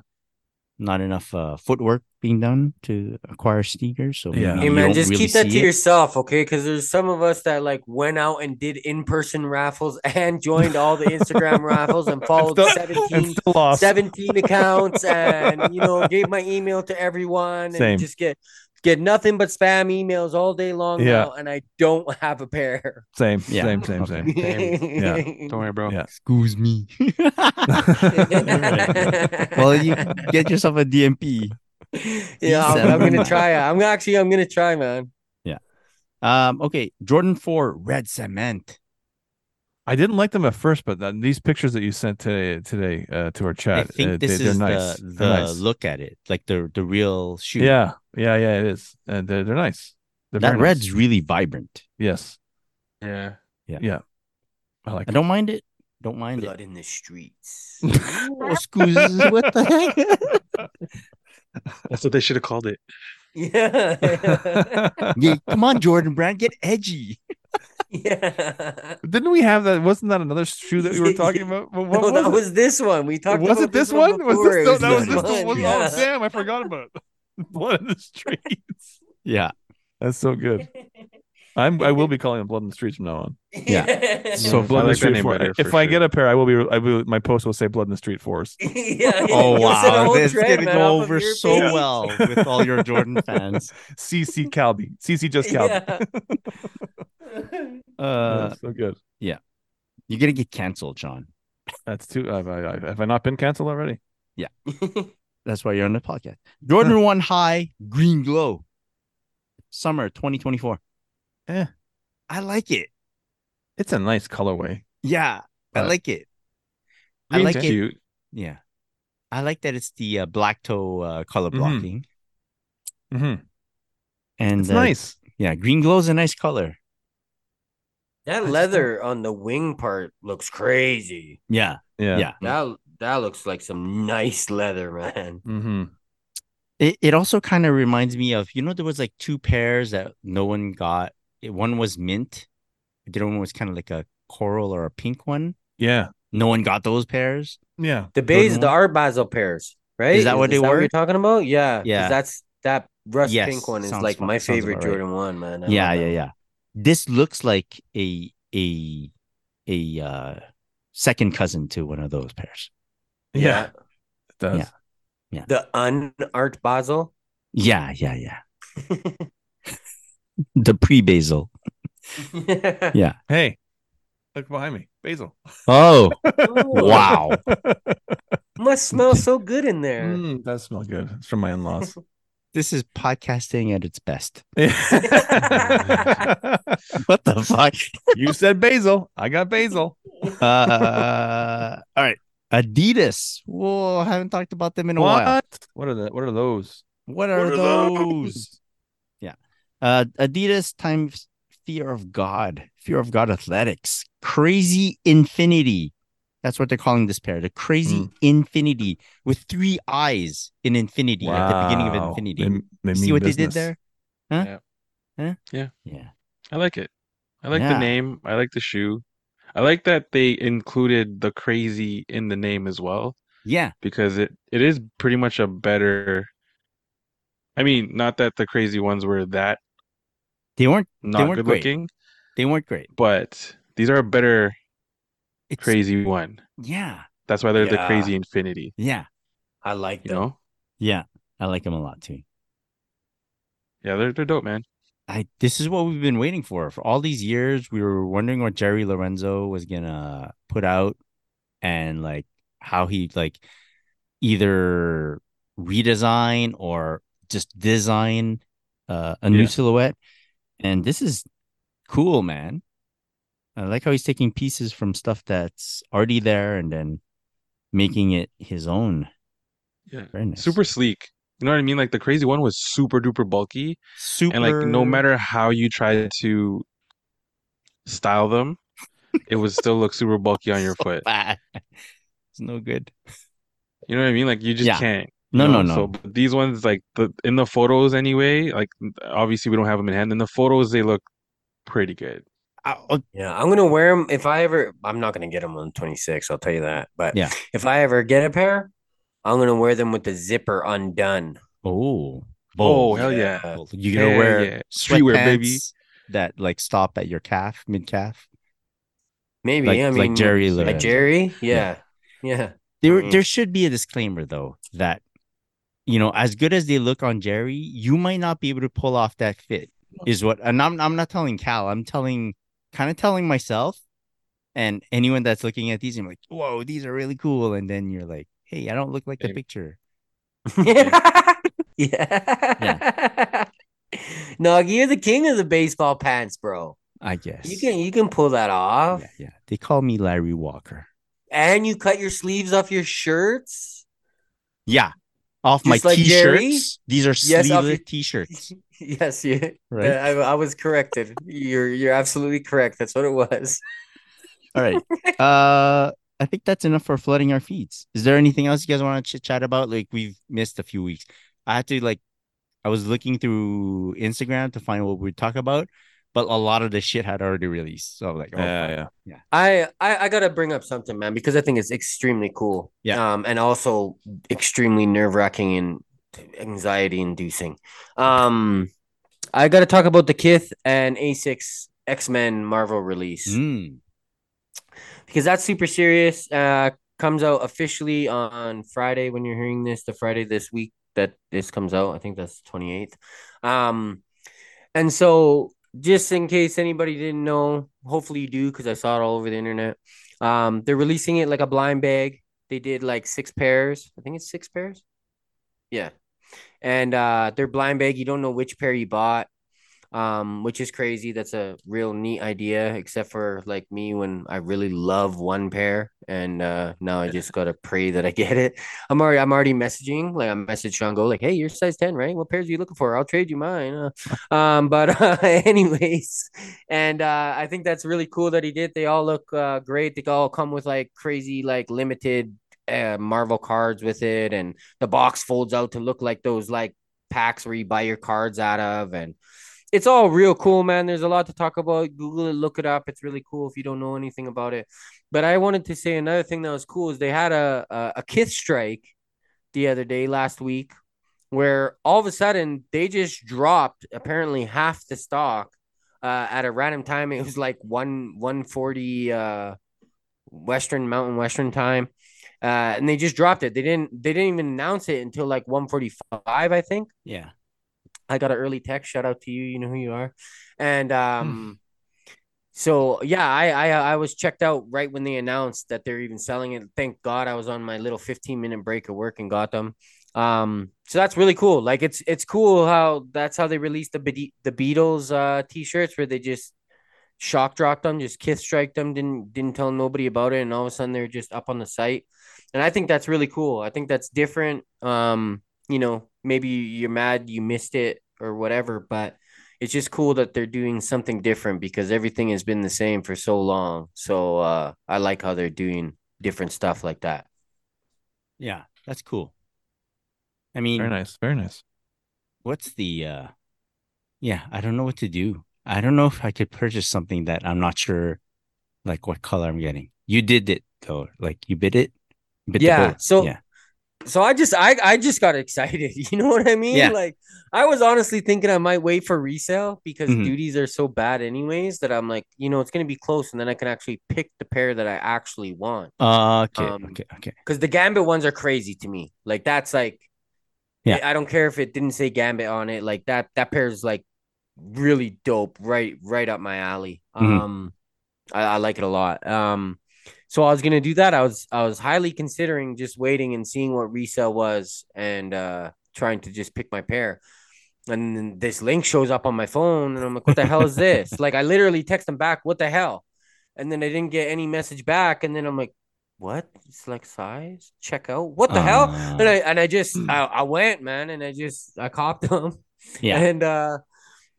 Speaker 2: Not enough uh, footwork being done to acquire sneakers. So
Speaker 5: Yeah.
Speaker 2: maybe
Speaker 4: Hey
Speaker 2: you
Speaker 4: man,
Speaker 2: don't
Speaker 4: just
Speaker 2: really
Speaker 4: keep that
Speaker 2: see
Speaker 4: to
Speaker 2: it.
Speaker 4: yourself, okay? Because there's some of us that like went out and did in-person raffles and joined all the Instagram raffles and followed
Speaker 5: still- And
Speaker 4: 17,
Speaker 5: still lost.
Speaker 4: 17 accounts and you know gave my email to everyone
Speaker 5: Same.
Speaker 4: and just get get nothing but spam emails all day long
Speaker 5: Yeah.
Speaker 4: now, and I don't have a pair.
Speaker 5: Same.
Speaker 2: Yeah.
Speaker 5: Same. Same. Same.
Speaker 3: Don't worry, bro.
Speaker 5: Yeah.
Speaker 2: Excuse me. well, you get yourself a DMP.
Speaker 4: yeah, I'm, I'm
Speaker 2: December.
Speaker 4: gonna try it. I'm actually I'm gonna try, man.
Speaker 2: Um, okay, Jordan 4 Red Cement.
Speaker 5: I didn't like them at first, but then these pictures that you sent today today uh, to our
Speaker 2: I
Speaker 5: chat,
Speaker 2: think
Speaker 5: uh,
Speaker 2: this
Speaker 5: they, are
Speaker 2: is
Speaker 5: nice.
Speaker 2: the,
Speaker 5: They're
Speaker 2: the
Speaker 5: nice.
Speaker 2: look at it, like the the real shoe.
Speaker 5: Yeah, yeah, yeah. It is. Uh, they're, they're nice. They're
Speaker 2: that
Speaker 5: very nice.
Speaker 2: red's really vibrant.
Speaker 5: Yes,
Speaker 3: Yeah.
Speaker 5: I like.
Speaker 2: I don't mind it. Don't mind it.
Speaker 4: Blood in the streets.
Speaker 2: Oh, excuse what the heck?
Speaker 3: That's what they should have called it.
Speaker 4: yeah.
Speaker 5: it.
Speaker 2: Yeah, come on, Jordan Brand, get edgy.
Speaker 4: yeah.
Speaker 5: Didn't we have that? Wasn't that another shoe that we were talking about? What, what
Speaker 4: no, that
Speaker 5: was,
Speaker 4: was this one. We
Speaker 5: it?
Speaker 4: talked
Speaker 5: was
Speaker 4: about
Speaker 5: it this
Speaker 4: one,
Speaker 5: one? Was
Speaker 4: before.
Speaker 5: this
Speaker 4: It
Speaker 5: the, that was
Speaker 2: this
Speaker 5: this the
Speaker 2: one,
Speaker 5: one?
Speaker 4: yeah.
Speaker 5: Oh, damn! I forgot about it. blood in the streets.
Speaker 2: Yeah.
Speaker 5: That's so good. I'm. I will be calling them blood in the streets from now on.
Speaker 4: Yeah.
Speaker 5: So
Speaker 3: I
Speaker 5: blood in
Speaker 3: like
Speaker 5: the
Speaker 3: that
Speaker 5: street
Speaker 3: name
Speaker 5: four.
Speaker 3: better,
Speaker 5: If
Speaker 3: for
Speaker 5: I get
Speaker 3: sure.
Speaker 5: a pair, I will be. I will. My post will say blood in the street fours.
Speaker 4: yeah.
Speaker 2: Oh
Speaker 4: You'll set a
Speaker 2: wow,
Speaker 4: whole
Speaker 2: this is
Speaker 4: trend,
Speaker 2: gonna
Speaker 4: man,
Speaker 2: go
Speaker 4: off of
Speaker 2: over
Speaker 4: your
Speaker 2: so
Speaker 4: page.
Speaker 2: well with all your Jordan fans.
Speaker 5: CC Calby. CC just Calby.
Speaker 4: Yeah.
Speaker 2: Uh,
Speaker 5: That's so good.
Speaker 2: you're gonna get canceled, John.
Speaker 5: That's too. Have I, I- have I not been canceled already?
Speaker 2: That's why you're on the podcast. Jordan One High Green Glow, summer 2024.
Speaker 5: Eh.
Speaker 2: I like it.
Speaker 5: It's a nice colorway.
Speaker 2: Yeah, I
Speaker 5: But-
Speaker 2: like it. I
Speaker 5: Green's
Speaker 2: like it.
Speaker 5: cute.
Speaker 2: Yeah, I like that it's the uh, black toe uh, color
Speaker 5: Mhm.
Speaker 2: blocking,
Speaker 5: Mhm.
Speaker 2: and
Speaker 5: It's
Speaker 2: uh,
Speaker 5: nice.
Speaker 2: Yeah, green glow is a nice color.
Speaker 4: that leather on the wing part looks crazy.
Speaker 2: Yeah,
Speaker 5: Yeah.
Speaker 2: yeah.
Speaker 4: That that looks like some nice leather, man.
Speaker 5: Mm-hmm.
Speaker 2: It it also kind of reminds me of you know there was like two pairs that no one got. It- One was mint. The other one was kind of like a coral or a pink one.
Speaker 5: Yeah.
Speaker 2: No one got those pairs.
Speaker 5: Yeah.
Speaker 4: The base,
Speaker 2: Jordan
Speaker 4: the
Speaker 2: one?
Speaker 4: art Basel pairs, right?
Speaker 2: Mm-hmm. that what they
Speaker 4: that
Speaker 2: were?
Speaker 4: You're talking about, yeah, 'cause
Speaker 2: Yeah.
Speaker 4: That's that rust
Speaker 2: Yes,
Speaker 4: pink one is
Speaker 2: sounds
Speaker 4: like
Speaker 2: fu-
Speaker 4: my
Speaker 2: sounds
Speaker 4: favorite
Speaker 2: about right.
Speaker 4: Jordan one, man. I
Speaker 2: yeah,
Speaker 4: love
Speaker 2: yeah,
Speaker 4: that
Speaker 2: yeah. This looks like a a a uh, second cousin to one of those pairs.
Speaker 5: Yeah.
Speaker 4: Yeah.
Speaker 5: It does.
Speaker 2: Yeah.
Speaker 4: one. The un art Basel.
Speaker 2: Yeah, yeah, yeah. The pre basil.
Speaker 4: yeah.
Speaker 5: Hey, look behind me. Basil.
Speaker 2: Oh, wow.
Speaker 4: Must smell so good in there.
Speaker 5: Mm, that smells good. It's from my in-laws.
Speaker 2: This is podcasting at its best.
Speaker 5: you
Speaker 2: What the fuck?
Speaker 5: said basil. I got basil.
Speaker 2: uh, all right. Adidas. Whoa, I haven't talked about them in a while.
Speaker 5: What? What are the what are those?
Speaker 2: What are,
Speaker 5: are
Speaker 2: those?
Speaker 5: those?
Speaker 2: Yeah. Uh, Adidas times Fear of God, Fear of God Athletics, Crazy Infinity. That's what they're calling this pair. The crazy
Speaker 5: Hmm.
Speaker 2: infinity with three eyes in infinity at the beginning of
Speaker 5: Wow.
Speaker 2: infinity.
Speaker 5: They- they
Speaker 2: See
Speaker 5: mean
Speaker 2: what they did
Speaker 5: business.
Speaker 2: there? Huh? Huh?
Speaker 3: Yeah.
Speaker 2: Yeah.
Speaker 3: I like it. I like
Speaker 2: Yeah.
Speaker 3: the name. I like the shoe. I like that they included the crazy in the name as well
Speaker 2: Yeah.
Speaker 3: because it it is pretty much a better. I mean, not that the crazy ones were that
Speaker 2: They weren't
Speaker 3: not
Speaker 2: weren't
Speaker 3: good
Speaker 2: great.
Speaker 3: looking,
Speaker 2: they weren't great.
Speaker 3: but these are a better
Speaker 2: It's
Speaker 3: crazy one.
Speaker 2: Yeah.
Speaker 3: That's why they're
Speaker 4: Yeah.
Speaker 3: the crazy infinity.
Speaker 2: Yeah.
Speaker 4: I like
Speaker 3: You
Speaker 4: them.
Speaker 3: know?
Speaker 2: Yeah. I like them a lot too.
Speaker 3: Yeah, they're they're dope, man.
Speaker 2: I this is what we've been waiting for for all these years. We were wondering what Jerry Lorenzo was gonna put out, and like how he like either redesign or just design uh, a new
Speaker 3: Yeah.
Speaker 2: silhouette. And this is cool, man. I like how he's taking pieces from stuff that's already there and then making it his own.
Speaker 3: Yeah.
Speaker 2: Very nice.
Speaker 3: Super sleek. You know what I mean? Like the crazy one was super duper bulky,
Speaker 2: super,
Speaker 3: and like no matter how you tried to style them, it would still look super bulky on your
Speaker 2: so
Speaker 3: foot.
Speaker 2: bad. it's no good.
Speaker 3: You know what I mean? Like you just
Speaker 2: Yeah.
Speaker 3: can't. you
Speaker 2: No, no,
Speaker 3: know?
Speaker 2: no.
Speaker 3: So but these ones, like the in the photos anyway, like obviously we don't have them in hand. In the photos, they look pretty good. uh,
Speaker 2: I-
Speaker 4: Yeah, I'm gonna wear them if I ever. I'm not gonna get them on 26. I'll tell you that. But
Speaker 2: Yeah.
Speaker 4: if I ever get a pair, I'm gonna wear them with the zipper undone.
Speaker 2: Oh,
Speaker 3: Oh
Speaker 2: bold.
Speaker 3: hell yeah!
Speaker 4: yeah.
Speaker 2: Bold. You're gonna
Speaker 3: Hell
Speaker 2: wear
Speaker 3: yeah. Streetwear, baby.
Speaker 2: sweatpants that like stop at your calf, mid calf.
Speaker 4: Maybe
Speaker 2: Like-
Speaker 4: I
Speaker 2: like
Speaker 4: mean
Speaker 2: Jerry
Speaker 4: like
Speaker 2: Lorenzo.
Speaker 4: Jerry, yeah, yeah.
Speaker 2: There,
Speaker 3: Mm-hmm.
Speaker 4: Mhm.
Speaker 2: there should be a disclaimer though that you know, as good as they look on Jerry, you might not be able to pull off that fit. Is what, and I'm, I'm not telling Cal. I'm telling, kind of telling myself, and anyone that's looking at these, I'm like, whoa, these are really cool. And then you're like, hey, I don't look like the
Speaker 3: Same.
Speaker 2: picture.
Speaker 4: yeah. yeah. No, you're the king of the baseball pants, bro.
Speaker 2: I guess
Speaker 4: You can you can pull that off.
Speaker 2: Yeah, yeah. They call me Larry Walker.
Speaker 4: And you cut your sleeves off your shirts.
Speaker 2: Yeah. Off
Speaker 4: Just
Speaker 2: my
Speaker 4: like
Speaker 2: t-shirts.
Speaker 4: Jerry?
Speaker 2: These are
Speaker 4: Yes, off
Speaker 2: sleeveless
Speaker 4: your-
Speaker 2: t-shirts.
Speaker 4: Yes, you
Speaker 2: Right?
Speaker 4: I, I was corrected. You're you're absolutely correct. That's what it was.
Speaker 2: All right. Uh I think that's enough for flooding our feeds. Is there anything else you guys want to chit chat about? Like we've missed a few weeks. I had to like I was looking through Instagram to find what we'd talk about, but a lot of the shit had already released. So I'm like, oh,
Speaker 5: Yeah,
Speaker 2: fuck.
Speaker 5: yeah.
Speaker 4: I, I I gotta bring up something, man, because I think it's extremely cool.
Speaker 2: Yeah.
Speaker 4: Um, and also extremely nerve wracking and anxiety inducing. Um, I gotta talk about the Kith and A6 X Men Marvel release
Speaker 2: Mm.
Speaker 4: because that's super serious. Uh, comes out officially on Friday when you're hearing this, the Friday this week that this comes out. I think that's twenty eighth. Um, and so just in case anybody didn't know, hopefully you do because I saw it all over the internet. Um, they're releasing it like a blind bag. They did like six pairs. I think it's six pairs. Yeah, and uh, they're blind bag. You don't know which pair you bought um, which is crazy. That's a real neat idea, except for like me when I really love one pair, and uh, now I just gotta pray that I get it. I'm already, I'm already messaging, like I'm message Shango, like, hey, you're size ten, right? What pairs are you looking for? I'll trade you mine. Uh, um, but uh, anyways, and uh, I think that's really cool that he did. They all look uh, great. They all come with like crazy, like limited uh, Marvel cards with it, and the box folds out to look like those like packs where you buy your cards out of, and it's all real cool, man. There's a lot to talk about. Google it, look it up. It's really cool if you don't know anything about it. But I wanted to say another thing that was cool is they had a a, a Kith strike the other day last week, where all of a sudden they just dropped apparently half the stock uh, at a random time. It was like one one forty uh, Western Mountain Western time, uh, and they just dropped it. They didn't they didn't even announce it until like one forty five, I think.
Speaker 2: Yeah.
Speaker 4: I got an early text. Shout out to you. You know who you are. And um, so yeah, I, I I was checked out right when they announced that they're even selling it. Thank God I was on my little 15 minute break at work and got them. Um, so that's really cool. Like it's it's cool how that's how they released the Be- the Beatles uh t-shirts where they just shock dropped them, just kiss strike them, didn't didn't tell nobody about it, and all of a sudden they're just up on the site. And I think that's really cool. I think that's different. Um, you know, maybe you're mad you missed it or whatever, but it's just cool that they're doing something different because everything has been the same for so long. So uh, I like how they're doing different stuff like that.
Speaker 2: Yeah, that's cool. I mean,
Speaker 5: Very nice. Very nice.
Speaker 2: what's the uh yeah i don't know what to do i don't know if i could purchase something that i'm not sure like what color i'm getting you did it though like you bid it You bid the
Speaker 4: Yeah,
Speaker 2: bullet.
Speaker 4: so-
Speaker 2: yeah
Speaker 4: So I just I I just got excited. You know what I mean?
Speaker 2: Yeah.
Speaker 4: Like I was honestly thinking I might wait for resale because
Speaker 2: Mhm.
Speaker 4: duties are so bad anyways that I'm like, you know, it's gonna be close and then I can actually pick the pair that I actually want.
Speaker 2: uh, okay
Speaker 4: um,
Speaker 2: okay okay
Speaker 4: Because the gambit ones are crazy to me. Like that's like
Speaker 2: Yeah.
Speaker 4: I I don't care if it didn't say gambit on it. Like that that pair is like really dope, right right up my alley.
Speaker 2: Mhm.
Speaker 4: Um I, I like it a lot. Um so I was gonna do that. I was I was highly considering just waiting and seeing what resale was and uh trying to just pick my pair. And then this link shows up on my phone and I'm like, what the hell is this? like I literally text them back, what the hell? And then I didn't get any message back, and then I'm like, what? Select size? Check out? What the hell?
Speaker 2: Uh,
Speaker 4: and I and I just I, I went, man, and I just I copped them.
Speaker 2: Yeah.
Speaker 4: And uh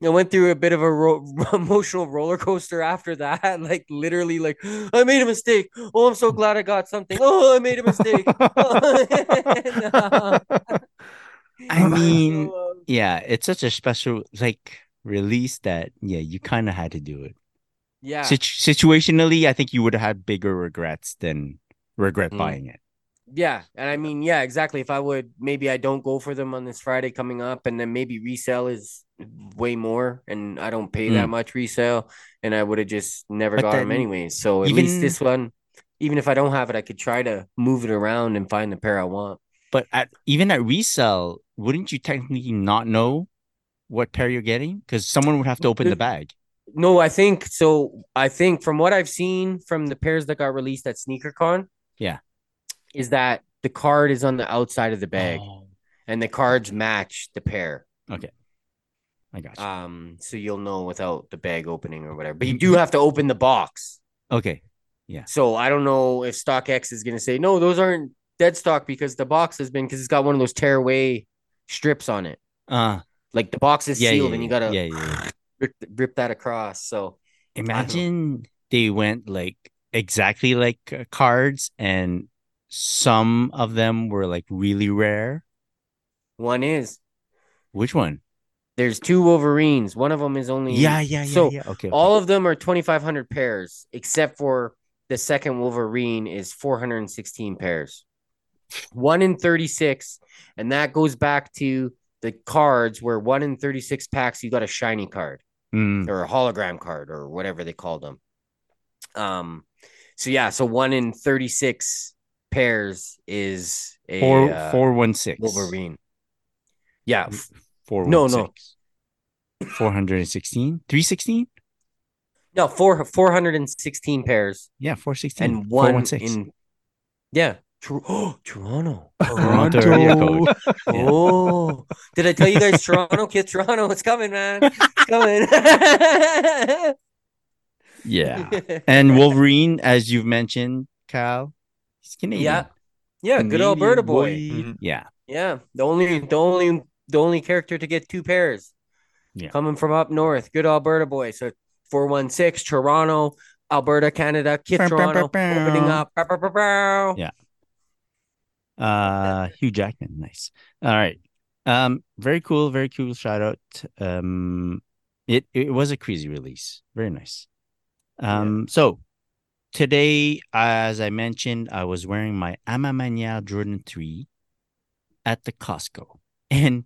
Speaker 4: I went through a bit of a ro- emotional roller coaster after that, like literally like I made a mistake. Oh, I'm so glad I got something. Oh, I made a mistake. And, uh,
Speaker 2: I mean,
Speaker 4: so, um,
Speaker 2: yeah it's such a special like release that yeah you kind of had to do it
Speaker 4: yeah.
Speaker 2: Situ- situationally i think you would have had bigger regrets than regret
Speaker 4: Mm.
Speaker 2: buying it
Speaker 4: Yeah, and I mean, yeah, exactly. If I would, maybe I don't go for them on this Friday coming up, and then maybe resale is way more, and I don't pay that much resale, and I would have just never
Speaker 2: Mm. But
Speaker 4: got them
Speaker 2: then
Speaker 4: anyway. So at least
Speaker 2: even-
Speaker 4: this one, even if I don't have it, I could try to move it around and find the pair I want.
Speaker 2: But at even at resell, wouldn't you technically not know what pair you're getting? Because someone would have to open the
Speaker 4: Dude.
Speaker 2: bag.
Speaker 4: No, I think so. I think from what I've seen from the pairs that got released at SneakerCon,
Speaker 2: Yeah.
Speaker 4: is that the card is on the outside of the bag,
Speaker 2: Oh,
Speaker 4: and the cards match the pair.
Speaker 2: I got you.
Speaker 4: Um, so you'll know without the bag opening or whatever. But you
Speaker 2: Mm-hmm.
Speaker 4: do have to open the box.
Speaker 2: okay.
Speaker 4: So I don't know if StockX is gonna say no, those aren't dead stock because the box has been because it's got one of those tear away strips on it.
Speaker 2: Uh
Speaker 4: Like the box is
Speaker 2: yeah,
Speaker 4: sealed
Speaker 2: yeah,
Speaker 4: and you
Speaker 2: yeah,
Speaker 4: gotta
Speaker 2: yeah, yeah, yeah.
Speaker 4: rip, rip that across. So
Speaker 2: Imagine they went like exactly like uh, cards, and some of them were like really rare.
Speaker 4: one is
Speaker 2: Which one?
Speaker 4: there's two Wolverines. One of them is only
Speaker 2: Yeah, yeah, yeah,
Speaker 4: So
Speaker 2: yeah. Okay. okay.
Speaker 4: all of them are 2,500 pairs except for the second Wolverine is 416 pairs, one in 36, and that goes back to the cards where one in 36 packs you got a shiny card
Speaker 2: Mm,
Speaker 4: or a hologram card or whatever they call them. Um, so yeah, so one in 36 pairs is a
Speaker 2: four
Speaker 4: uh,
Speaker 2: four one six. Hmm.
Speaker 4: Wolverine. Yeah, f-
Speaker 2: Four
Speaker 4: No, no.
Speaker 2: Four hundred and sixteen. Three sixteen.
Speaker 4: no, four 416 pairs
Speaker 2: Yeah, Hmm, four sixteen.
Speaker 4: and one in yeah Tor- Toronto.
Speaker 2: Toronto area code. Yeah.
Speaker 4: Oh, did I tell you guys Toronto? Kid Toronto, it's coming, man. It's coming.
Speaker 2: Yeah. And Wolverine, as you've mentioned, Kyle, he's Canadian.
Speaker 4: yeah, yeah, good
Speaker 2: Canadian
Speaker 4: Alberta boy.
Speaker 3: Mhm.
Speaker 2: Yeah.
Speaker 4: Yeah, the only, the only, the only character to get two pairs.
Speaker 2: Yeah.
Speaker 4: coming from up north, good Alberta boy. So four one six Toronto, Alberta, Canada, Kid
Speaker 2: Bow, bow, bow,
Speaker 4: Toronto,
Speaker 2: bow.
Speaker 4: opening up. Bow, bow, bow, bow.
Speaker 2: Yeah. Uh Hugh Jackman. Nice. All right. Um, very cool, very cool shout out. Um it it was a crazy release. Very nice.
Speaker 4: Yeah.
Speaker 2: Um so today, as I mentioned, I was wearing my Amamania Jordan 3 at the Costco. And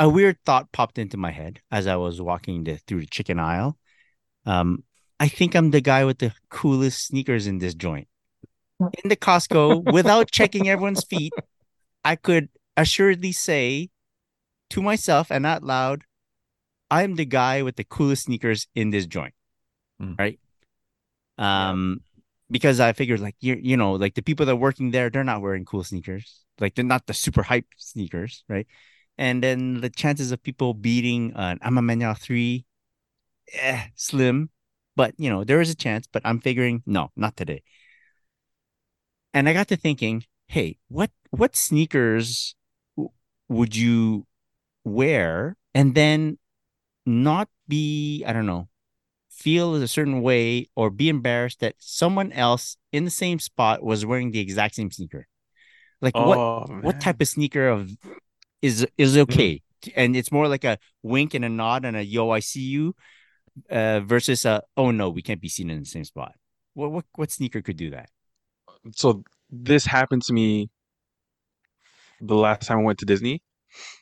Speaker 2: a weird thought popped into my head as I was walking the, through the chicken aisle. Um, I think I'm the guy with the coolest sneakers in this joint. In the Costco, without checking everyone's feet, I could assuredly say to myself and out loud, I am the guy with the coolest sneakers in this joint.
Speaker 5: Mm.
Speaker 2: Right. Um, because I figured like you you know, like the people that are working there, they're not wearing cool sneakers. Like they're not the super hype sneakers, right? And then the chances of people beating uh, an Amamenya 3, eh, slim. But you know, there is a chance, but I'm figuring no, not today. And I got to thinking, hey, what what sneakers w- would you wear and then not be, I don't know, feel a certain way or be embarrassed that someone else in the same spot was wearing the exact same sneaker. Like what
Speaker 3: oh,
Speaker 2: what type of sneaker of is is
Speaker 3: Mm-hmm.
Speaker 2: okay and it's more like a wink and a nod and a yo i see you uh versus a oh no we can't be seen in the same spot what what, what sneaker could do that
Speaker 3: so this happened to me the last time I went to Disney.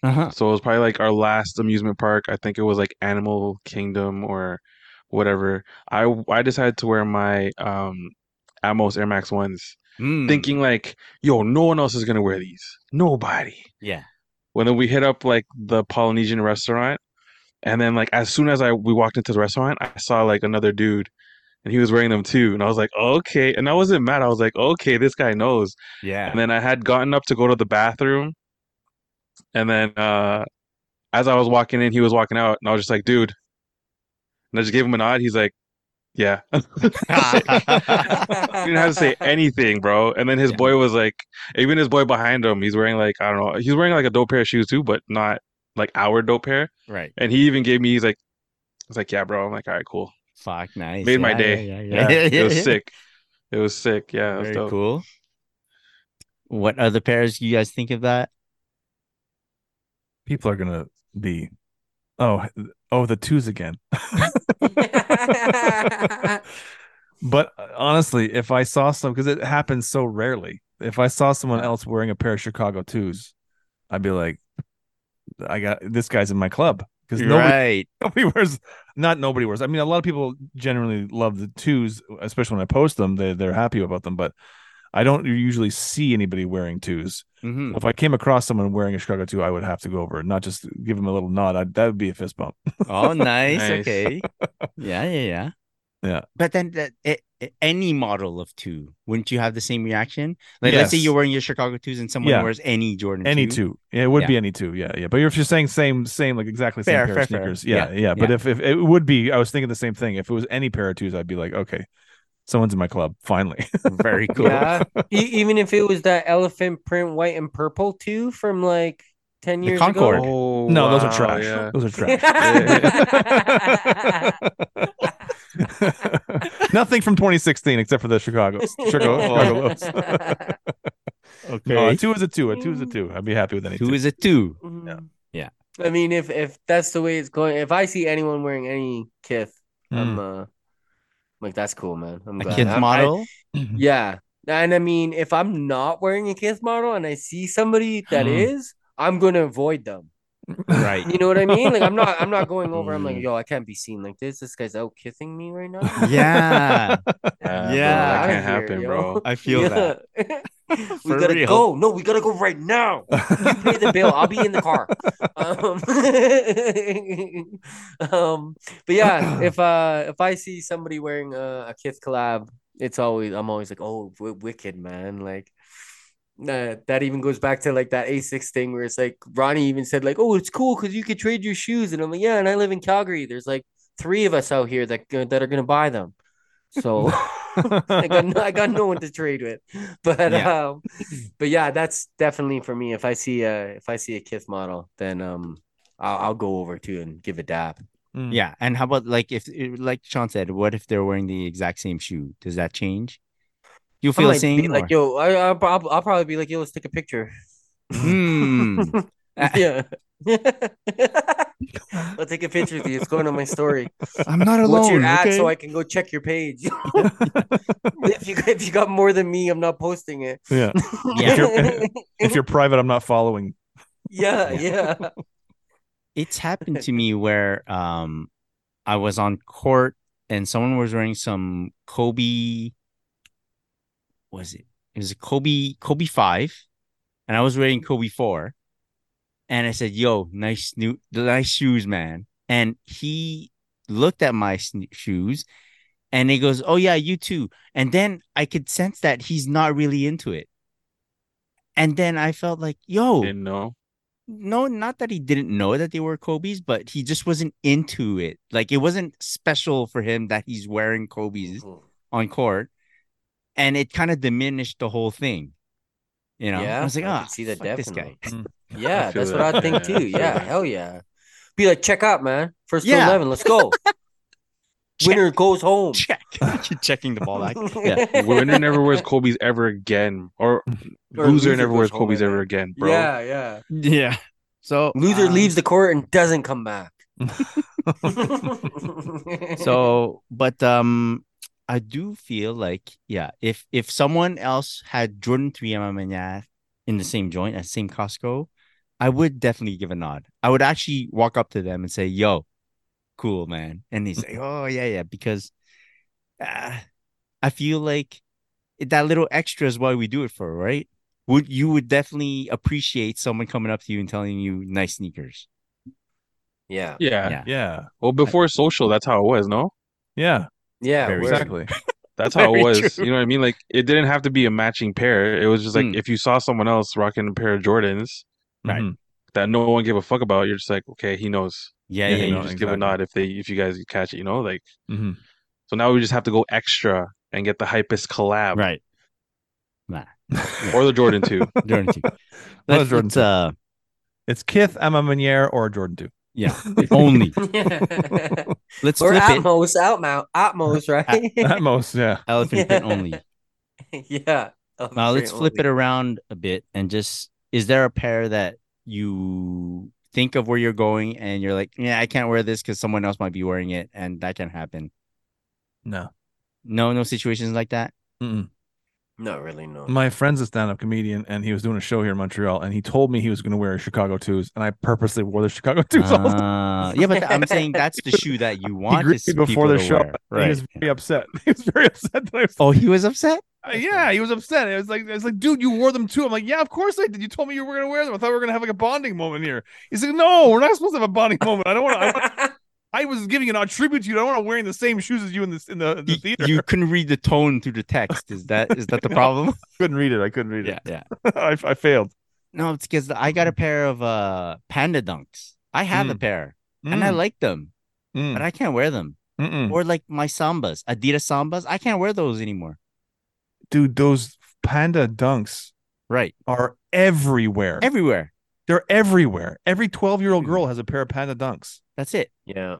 Speaker 2: uh-huh
Speaker 3: So it was probably like our last amusement park. I think it was like Animal Kingdom or whatever. I I decided to wear my um Atmos Air Max ones,
Speaker 2: Mm,
Speaker 3: thinking like, yo, no one else is gonna wear these. Nobody.
Speaker 2: yeah
Speaker 3: When then we hit up like the Polynesian restaurant, and then like as soon as I we walked into the restaurant, I saw like another dude, and he was wearing them too. And I was like, okay. And I wasn't mad. I was like, okay, this guy knows.
Speaker 2: yeah
Speaker 3: And then I had gotten up to go to the bathroom. And then uh as I was walking in, he was walking out, and I was just like, dude. And I just gave him a nod. He's like, Yeah. I didn't have to say anything, bro. And then his
Speaker 2: Yeah.
Speaker 3: boy was like even his boy behind him, he's wearing like, I don't know, he's wearing like a dope pair of shoes too, but not like our dope pair.
Speaker 2: right
Speaker 3: And he even gave me he's like I was like, Yeah, bro. I'm like, all right, cool.
Speaker 2: fuck nice
Speaker 3: Made my
Speaker 2: Yeah,
Speaker 3: day.
Speaker 2: yeah, yeah,
Speaker 3: Yeah.
Speaker 2: yeah.
Speaker 3: it was sick. It was sick. Yeah, it was
Speaker 2: very
Speaker 3: dope.
Speaker 2: cool what other pairs you guys think of that
Speaker 5: People are gonna be, oh, oh, the twos again. but uh, honestly, if I saw some, because it happens so rarely, if I saw someone else wearing a pair of Chicago twos, I'd be like, I got this guy's in my club because nobody
Speaker 2: right
Speaker 5: nobody wears not nobody wears i mean a lot of people generally love the twos especially when i post them they, they're happy about them but i don't usually see anybody wearing twos
Speaker 2: Mhm.
Speaker 5: if i came across someone wearing a chicago two i would have to go over and not just give them a little nod I, that would be a fist bump
Speaker 2: Oh, nice.
Speaker 3: Nice.
Speaker 2: Okay. Yeah, yeah, yeah.
Speaker 5: Yeah.
Speaker 2: But then that it, it- any model of two, wouldn't you have the same reaction? Like, let's say
Speaker 5: Yes.
Speaker 2: you're wearing your Chicago twos and someone
Speaker 5: Yeah.
Speaker 2: wears any Jordan.
Speaker 5: any
Speaker 2: two.
Speaker 5: two yeah it would
Speaker 2: Yeah.
Speaker 5: be any two yeah yeah but if you're saying same same like exactly same
Speaker 2: Fair,
Speaker 5: pair
Speaker 2: fair,
Speaker 5: of
Speaker 2: fair.
Speaker 5: sneakers
Speaker 2: Yeah,
Speaker 5: Yeah, yeah but if, if it would be i was thinking the same thing if it was any pair of twos i'd be like okay someone's in my club finally
Speaker 2: Very cool.
Speaker 4: Yeah. E- even if it was that elephant print, white and purple too, from like ten
Speaker 2: The
Speaker 4: years
Speaker 2: Concord.
Speaker 4: ago.
Speaker 3: Oh
Speaker 5: no those are
Speaker 3: wow,
Speaker 5: trash
Speaker 3: yeah.
Speaker 5: those are trash Nothing from 2016 except for the Chicago. Chicago, Chicago Lows.
Speaker 4: Mm-hmm.
Speaker 2: Okay.
Speaker 5: No, a two is a two. A two is a two. I'd be happy with any
Speaker 2: two
Speaker 5: two.
Speaker 2: is a two.
Speaker 4: Mhm.
Speaker 2: Yeah.
Speaker 4: I mean, if if that's the way it's going, if I see anyone wearing any Kith, I'm
Speaker 2: Hmm.
Speaker 5: Mm.
Speaker 4: uh, I'm like that's cool, man. I'm
Speaker 2: A
Speaker 4: glad.
Speaker 2: kid's
Speaker 4: I'm- I-
Speaker 2: model.
Speaker 4: yeah, and I mean, if I'm not wearing a Kith model and I see somebody that
Speaker 5: Mm.
Speaker 4: is, I'm gonna avoid them.
Speaker 2: right.
Speaker 4: You know what I mean? Like I'm not I'm not going over. I'm like,
Speaker 2: Mm.
Speaker 4: yo, I can't be seen like this. This guy's out kissing me right now.
Speaker 2: Yeah.
Speaker 3: Yeah,
Speaker 2: Yeah,
Speaker 3: bro,
Speaker 4: outta
Speaker 3: that can't
Speaker 4: here,
Speaker 3: happen,
Speaker 4: yo.
Speaker 3: bro.
Speaker 2: I feel that.
Speaker 4: we
Speaker 2: For
Speaker 4: gotta
Speaker 2: real.
Speaker 4: go. No, we gotta go right now. You pay the bill. I'll be in the car. Um, um, but yeah, if uh if I see somebody wearing a, a Kith collab, it's always I'm always like, oh, w- wicked man. Like uh, that even goes back to like that A6 thing where it's like Ronnie even said like, oh, it's cool because you could trade your shoes, and I'm like, yeah, and I live in Calgary. There's like three of us out here that uh, that are gonna buy them. So. I got no, I got no one to trade with. But
Speaker 2: Yeah.
Speaker 4: um but yeah, that's definitely for me. If I see a if I see a Kith model, then um I'll, I'll go over to and give a dab.
Speaker 5: Mm.
Speaker 2: Yeah. And how about like if like Sean said, what if they're wearing the exact same shoe? Does that change? You
Speaker 4: I
Speaker 2: feel the
Speaker 4: might be
Speaker 2: same?
Speaker 4: like
Speaker 2: or-
Speaker 4: yo, I I'll, prob- I'll probably be like yo, let's take a picture.
Speaker 2: Hmm.
Speaker 4: yeah. I'll take a picture with you. It's going on my story.
Speaker 2: I'm not alone.
Speaker 4: What's your at
Speaker 2: okay?
Speaker 4: so I can go check your page? if you if you got more than me, I'm not posting it.
Speaker 5: Yeah.
Speaker 2: Yeah.
Speaker 5: If you're private, I'm not following.
Speaker 4: yeah, yeah.
Speaker 2: it's happened to me where um I was on court and someone was wearing some Kobe was it? It was a Kobe Kobe 5 and I was wearing Kobe 4 and I said, "Yo, nice new nice shoes, man." And he looked at my sne- shoes and he goes, "Oh yeah, you too." And then I could sense that he's not really into it. And then I felt like, "Yo,
Speaker 3: Didn't know.
Speaker 2: no, not that he didn't know that they were Kobe's, but he just wasn't into it. Like it wasn't special for him that he's wearing Kobe's on court, and it kind of diminished the whole thing. You know,
Speaker 4: Yeah,
Speaker 2: I was like,
Speaker 4: I
Speaker 2: ah,
Speaker 4: can see that
Speaker 2: fuck this guy.
Speaker 4: Yeah,
Speaker 3: Hmm. feel
Speaker 4: that's
Speaker 3: that.
Speaker 4: what I
Speaker 3: Yeah,
Speaker 4: think
Speaker 3: I
Speaker 4: too.
Speaker 3: feel
Speaker 4: Yeah,
Speaker 3: that.
Speaker 4: hell yeah. Be like, check out, man. First to
Speaker 2: Yeah.
Speaker 4: eleven, let's go. Winner goes home.
Speaker 2: Check. Keep checking the ball back. Yeah.
Speaker 3: Winner never wears Kobe's ever again, or,
Speaker 4: Or
Speaker 3: loser,
Speaker 4: loser
Speaker 3: never
Speaker 4: goes
Speaker 3: wears
Speaker 4: home,
Speaker 3: Kobe's
Speaker 4: I
Speaker 3: ever
Speaker 4: think.
Speaker 3: again, bro.
Speaker 4: Yeah, yeah.
Speaker 2: Yeah. So
Speaker 4: Loser
Speaker 2: um,
Speaker 4: leaves the court and doesn't come back.
Speaker 2: So, but um, I do feel like yeah, if if someone else had Jordan three MMA in the same joint at same Costco, I would definitely give a nod. I would actually walk up to them and say, "Yo, cool man," and he's like, "Oh yeah, yeah," because uh, I feel like that little extra is what we do it for, right? Would you would definitely appreciate someone coming up to you and telling you nice sneakers?
Speaker 4: yeah,
Speaker 3: Yeah.
Speaker 2: Yeah.
Speaker 5: Yeah.
Speaker 3: Well, before social, that's how it was, no?
Speaker 5: Yeah.
Speaker 4: yeah.
Speaker 2: Very
Speaker 4: we're-
Speaker 5: Exactly.
Speaker 3: That's how
Speaker 2: Very
Speaker 3: it was.
Speaker 2: true.
Speaker 3: You know what I mean? Like it didn't have to be a matching pair. It was just like
Speaker 2: Mm.
Speaker 3: if you saw someone else rocking a pair of Jordans
Speaker 2: Right.
Speaker 5: Mhm.
Speaker 3: that no one gave a fuck about, you're just like, okay, he knows.
Speaker 2: Yeah,
Speaker 5: Yeah,
Speaker 2: yeah,
Speaker 3: and
Speaker 5: you
Speaker 3: you
Speaker 5: know,
Speaker 3: just give a
Speaker 5: exactly.
Speaker 3: nod if they if you guys catch it, you know? Like
Speaker 5: Mhm.
Speaker 3: so now we just have to go extra and get the hypest collab
Speaker 2: right.
Speaker 3: or the Jordan 2.
Speaker 2: Jordan two.
Speaker 5: That
Speaker 2: Let's-
Speaker 5: was Jordan
Speaker 2: let's,
Speaker 5: two.
Speaker 2: uh,
Speaker 5: It's Kith, Emma Meunier, or Jordan 2.
Speaker 2: Yeah, only. Let's
Speaker 4: or
Speaker 2: flip it. Uh-huh.
Speaker 4: Atmos, Atmos, Atmos, right?
Speaker 5: At most, yeah.
Speaker 2: Elephant print
Speaker 4: Yeah.
Speaker 2: only.
Speaker 4: yeah.
Speaker 2: Now let's flip it around a bit and just is there a pair that you think of where you're going and you're like, yeah, I can't wear this because someone else might be wearing it and that can happen.
Speaker 5: No.
Speaker 2: No, no situations like that.
Speaker 5: Mm-mm.
Speaker 4: No, really, no.
Speaker 5: My friend's a stand-up comedian, and he was doing a show here in Montreal, and he told me he was going to wear Chicago twos, and I purposely wore the Chicago twos all the
Speaker 2: Uh, yeah, but I'm saying that's the shoe that you
Speaker 5: time. He
Speaker 2: want to
Speaker 5: greeted
Speaker 2: see
Speaker 5: me
Speaker 2: before
Speaker 5: before the show.
Speaker 2: Wear.
Speaker 5: and He
Speaker 2: Right.
Speaker 5: was very upset. He was very upset that I was
Speaker 2: Oh, he was upset.
Speaker 5: Uh, yeah, he was upset. I was like, I was like, dude, you wore them too. I'm like, yeah, of course I did. You told me you were gonna wear them. I thought we were gonna have like a bonding moment here. He's like, no, we're not supposed to have a bonding moment. I don't want to. I, I was giving an odd tribute to you. I don't want to wearing the same shoes as you in this in the, the
Speaker 2: You-
Speaker 5: theater.
Speaker 2: you couldn't read the tone through the text. Is that is that the
Speaker 5: No.
Speaker 2: problem?
Speaker 5: couldn't read it. I couldn't read
Speaker 2: Yeah, yeah.
Speaker 5: it. I, I failed.
Speaker 2: No, it's because I got a pair of uh panda dunks. I have a pair. and I like them,
Speaker 5: Mm,
Speaker 2: but I can't wear them.
Speaker 5: mm, mm.
Speaker 2: Or like my sambas, Adidas sambas, I can't wear those anymore.
Speaker 5: dude, those panda dunks
Speaker 2: Right,
Speaker 5: are everywhere.
Speaker 2: everywhere.
Speaker 5: They're everywhere. Every twelve year old
Speaker 2: Mhm.
Speaker 5: girl has a pair of panda dunks.
Speaker 2: That's it.
Speaker 4: Yeah.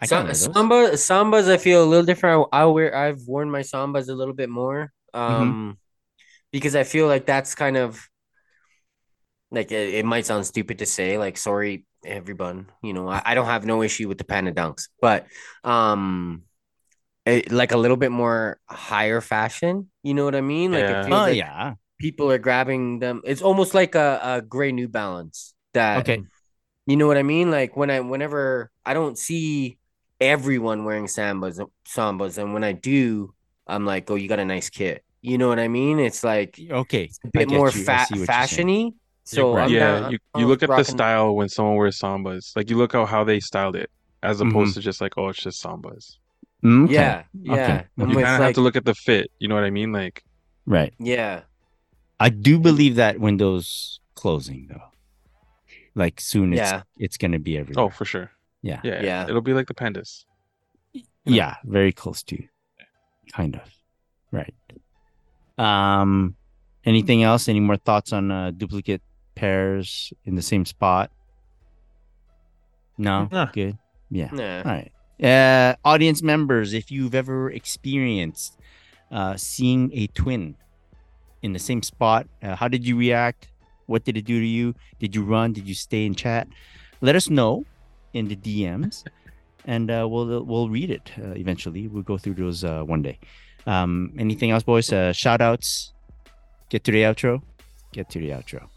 Speaker 2: I
Speaker 4: Sa-
Speaker 2: can't wear those.
Speaker 4: Samba, sambas, I feel a little different. I, I wear, I've worn my sambas a little bit more,
Speaker 2: Mm-hmm.
Speaker 4: um, because I feel like that's kind of like it, it might sound stupid to say, like sorry everyone, you know, I, I don't have no issue with the panda dunks, but um, it, like a little bit more higher fashion. You know what I mean? Like
Speaker 3: Yeah.
Speaker 4: it feels
Speaker 2: Oh
Speaker 4: like
Speaker 2: yeah,
Speaker 4: people are grabbing them. It's almost like a, a gray New Balance that
Speaker 2: okay.
Speaker 4: you know what I mean? Like when I whenever I don't see everyone wearing sambas sambas, and when I do, I'm like, oh, you got a nice kit. You know what I mean? It's like
Speaker 2: Okay,
Speaker 4: a
Speaker 2: I get
Speaker 4: bit more
Speaker 2: you. I
Speaker 4: fat
Speaker 2: see what you're saying.
Speaker 4: fashiony. So
Speaker 2: correct.
Speaker 4: I'm
Speaker 3: yeah,
Speaker 4: not-
Speaker 3: you,
Speaker 4: I'm
Speaker 3: you
Speaker 4: not
Speaker 3: look at the
Speaker 4: rocking-
Speaker 3: style when someone wears sambas. Like you look at how they styled it as
Speaker 2: Mm-hmm.
Speaker 3: opposed to just like, oh, it's just sambas.
Speaker 2: Mm, okay.
Speaker 4: Yeah, yeah.
Speaker 2: You
Speaker 4: I'm
Speaker 3: You
Speaker 4: with,
Speaker 3: kind of have
Speaker 4: like-
Speaker 3: to look at the fit. You know what I mean? Like
Speaker 2: right.
Speaker 4: Yeah,
Speaker 2: I do believe that window's closing though. Like soon, it's
Speaker 4: Yeah.
Speaker 2: it's gonna be everywhere.
Speaker 3: Oh, for sure.
Speaker 2: Yeah.
Speaker 3: Yeah.
Speaker 4: Yeah.
Speaker 3: It'll be like the pandas.
Speaker 2: yeah, very close to, kind of, right. Um, anything else? Any more thoughts on uh, duplicate pairs in the same spot? No,
Speaker 5: Nah.
Speaker 2: good. Yeah.
Speaker 4: nah.
Speaker 2: All right. Uh, audience members, if you've ever experienced uh, seeing a twin in the same spot, uh, how did you react? What did it do to you? Did you run? Did you stay and chat? Let us know in the DMs, and uh, we'll we'll read it uh, eventually. We'll go through those uh, one day. Um, anything else, boys? Uh, shout outs. Get to the outro. Get to the outro.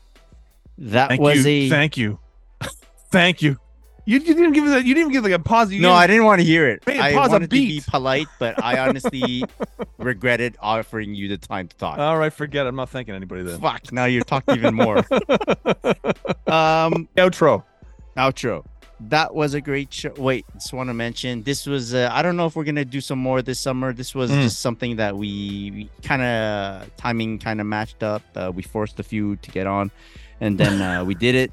Speaker 2: That
Speaker 5: Thank
Speaker 2: was
Speaker 5: you.
Speaker 2: a
Speaker 5: Thank you. Thank you. You, you didn't give that. You didn't give like a pause. You
Speaker 2: no,
Speaker 5: didn't-
Speaker 2: I didn't want to hear it.
Speaker 5: Hey,
Speaker 2: I
Speaker 5: pause a
Speaker 2: wanted to be
Speaker 5: beat.
Speaker 2: polite, but I honestly regretted offering you the time to talk.
Speaker 5: All right, forget. It. I'm not thanking anybody then.
Speaker 2: Fuck, now you're talking even more. um,
Speaker 5: Outro.
Speaker 2: outro. That was a great show. Wait, just want to mention this was. Uh, I don't know if we're gonna do some more this summer. This was
Speaker 5: Mm.
Speaker 2: just something that we kind of timing kind of matched up. Uh, we forced a few to get on, and then uh, we did it.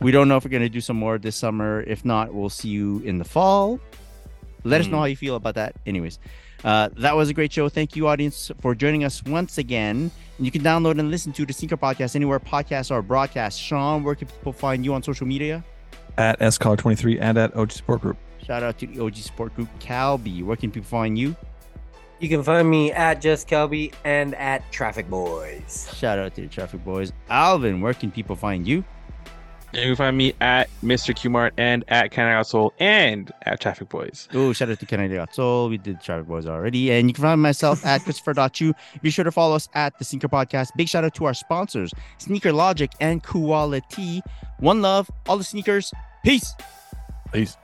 Speaker 2: We don't know if we're gonna do some more this summer. If not, we'll see you in the fall. Let us know
Speaker 3: Mm.
Speaker 2: how you feel about that. Anyways, uh, that was a great show. Thank you, audience, for joining us once again. And you can download and listen to the Sneaker Podcast anywhere podcasts are broadcast. Sean, where can people find you on social media?
Speaker 5: At scollar23 and at OG Support Group.
Speaker 2: Shout out to the OG support group, Calby. Where can people find you?
Speaker 4: You can find me at Just Kelby and at Traffic Boys.
Speaker 2: Shout out to the Traffic Boys. Alvin, where can people find you?
Speaker 3: You can find me at Mr. Qmart and at Canada Soul and at Traffic Boys.
Speaker 2: Oh, shout out to Canada Got Soul. We did Traffic Boys already. And you can find myself at Christopher.chu. Be sure to follow us at the Sneaker Podcast. Big shout out to our sponsors, Sneaker Logic and Quality. One love, all the sneakers. Peace.
Speaker 5: Peace.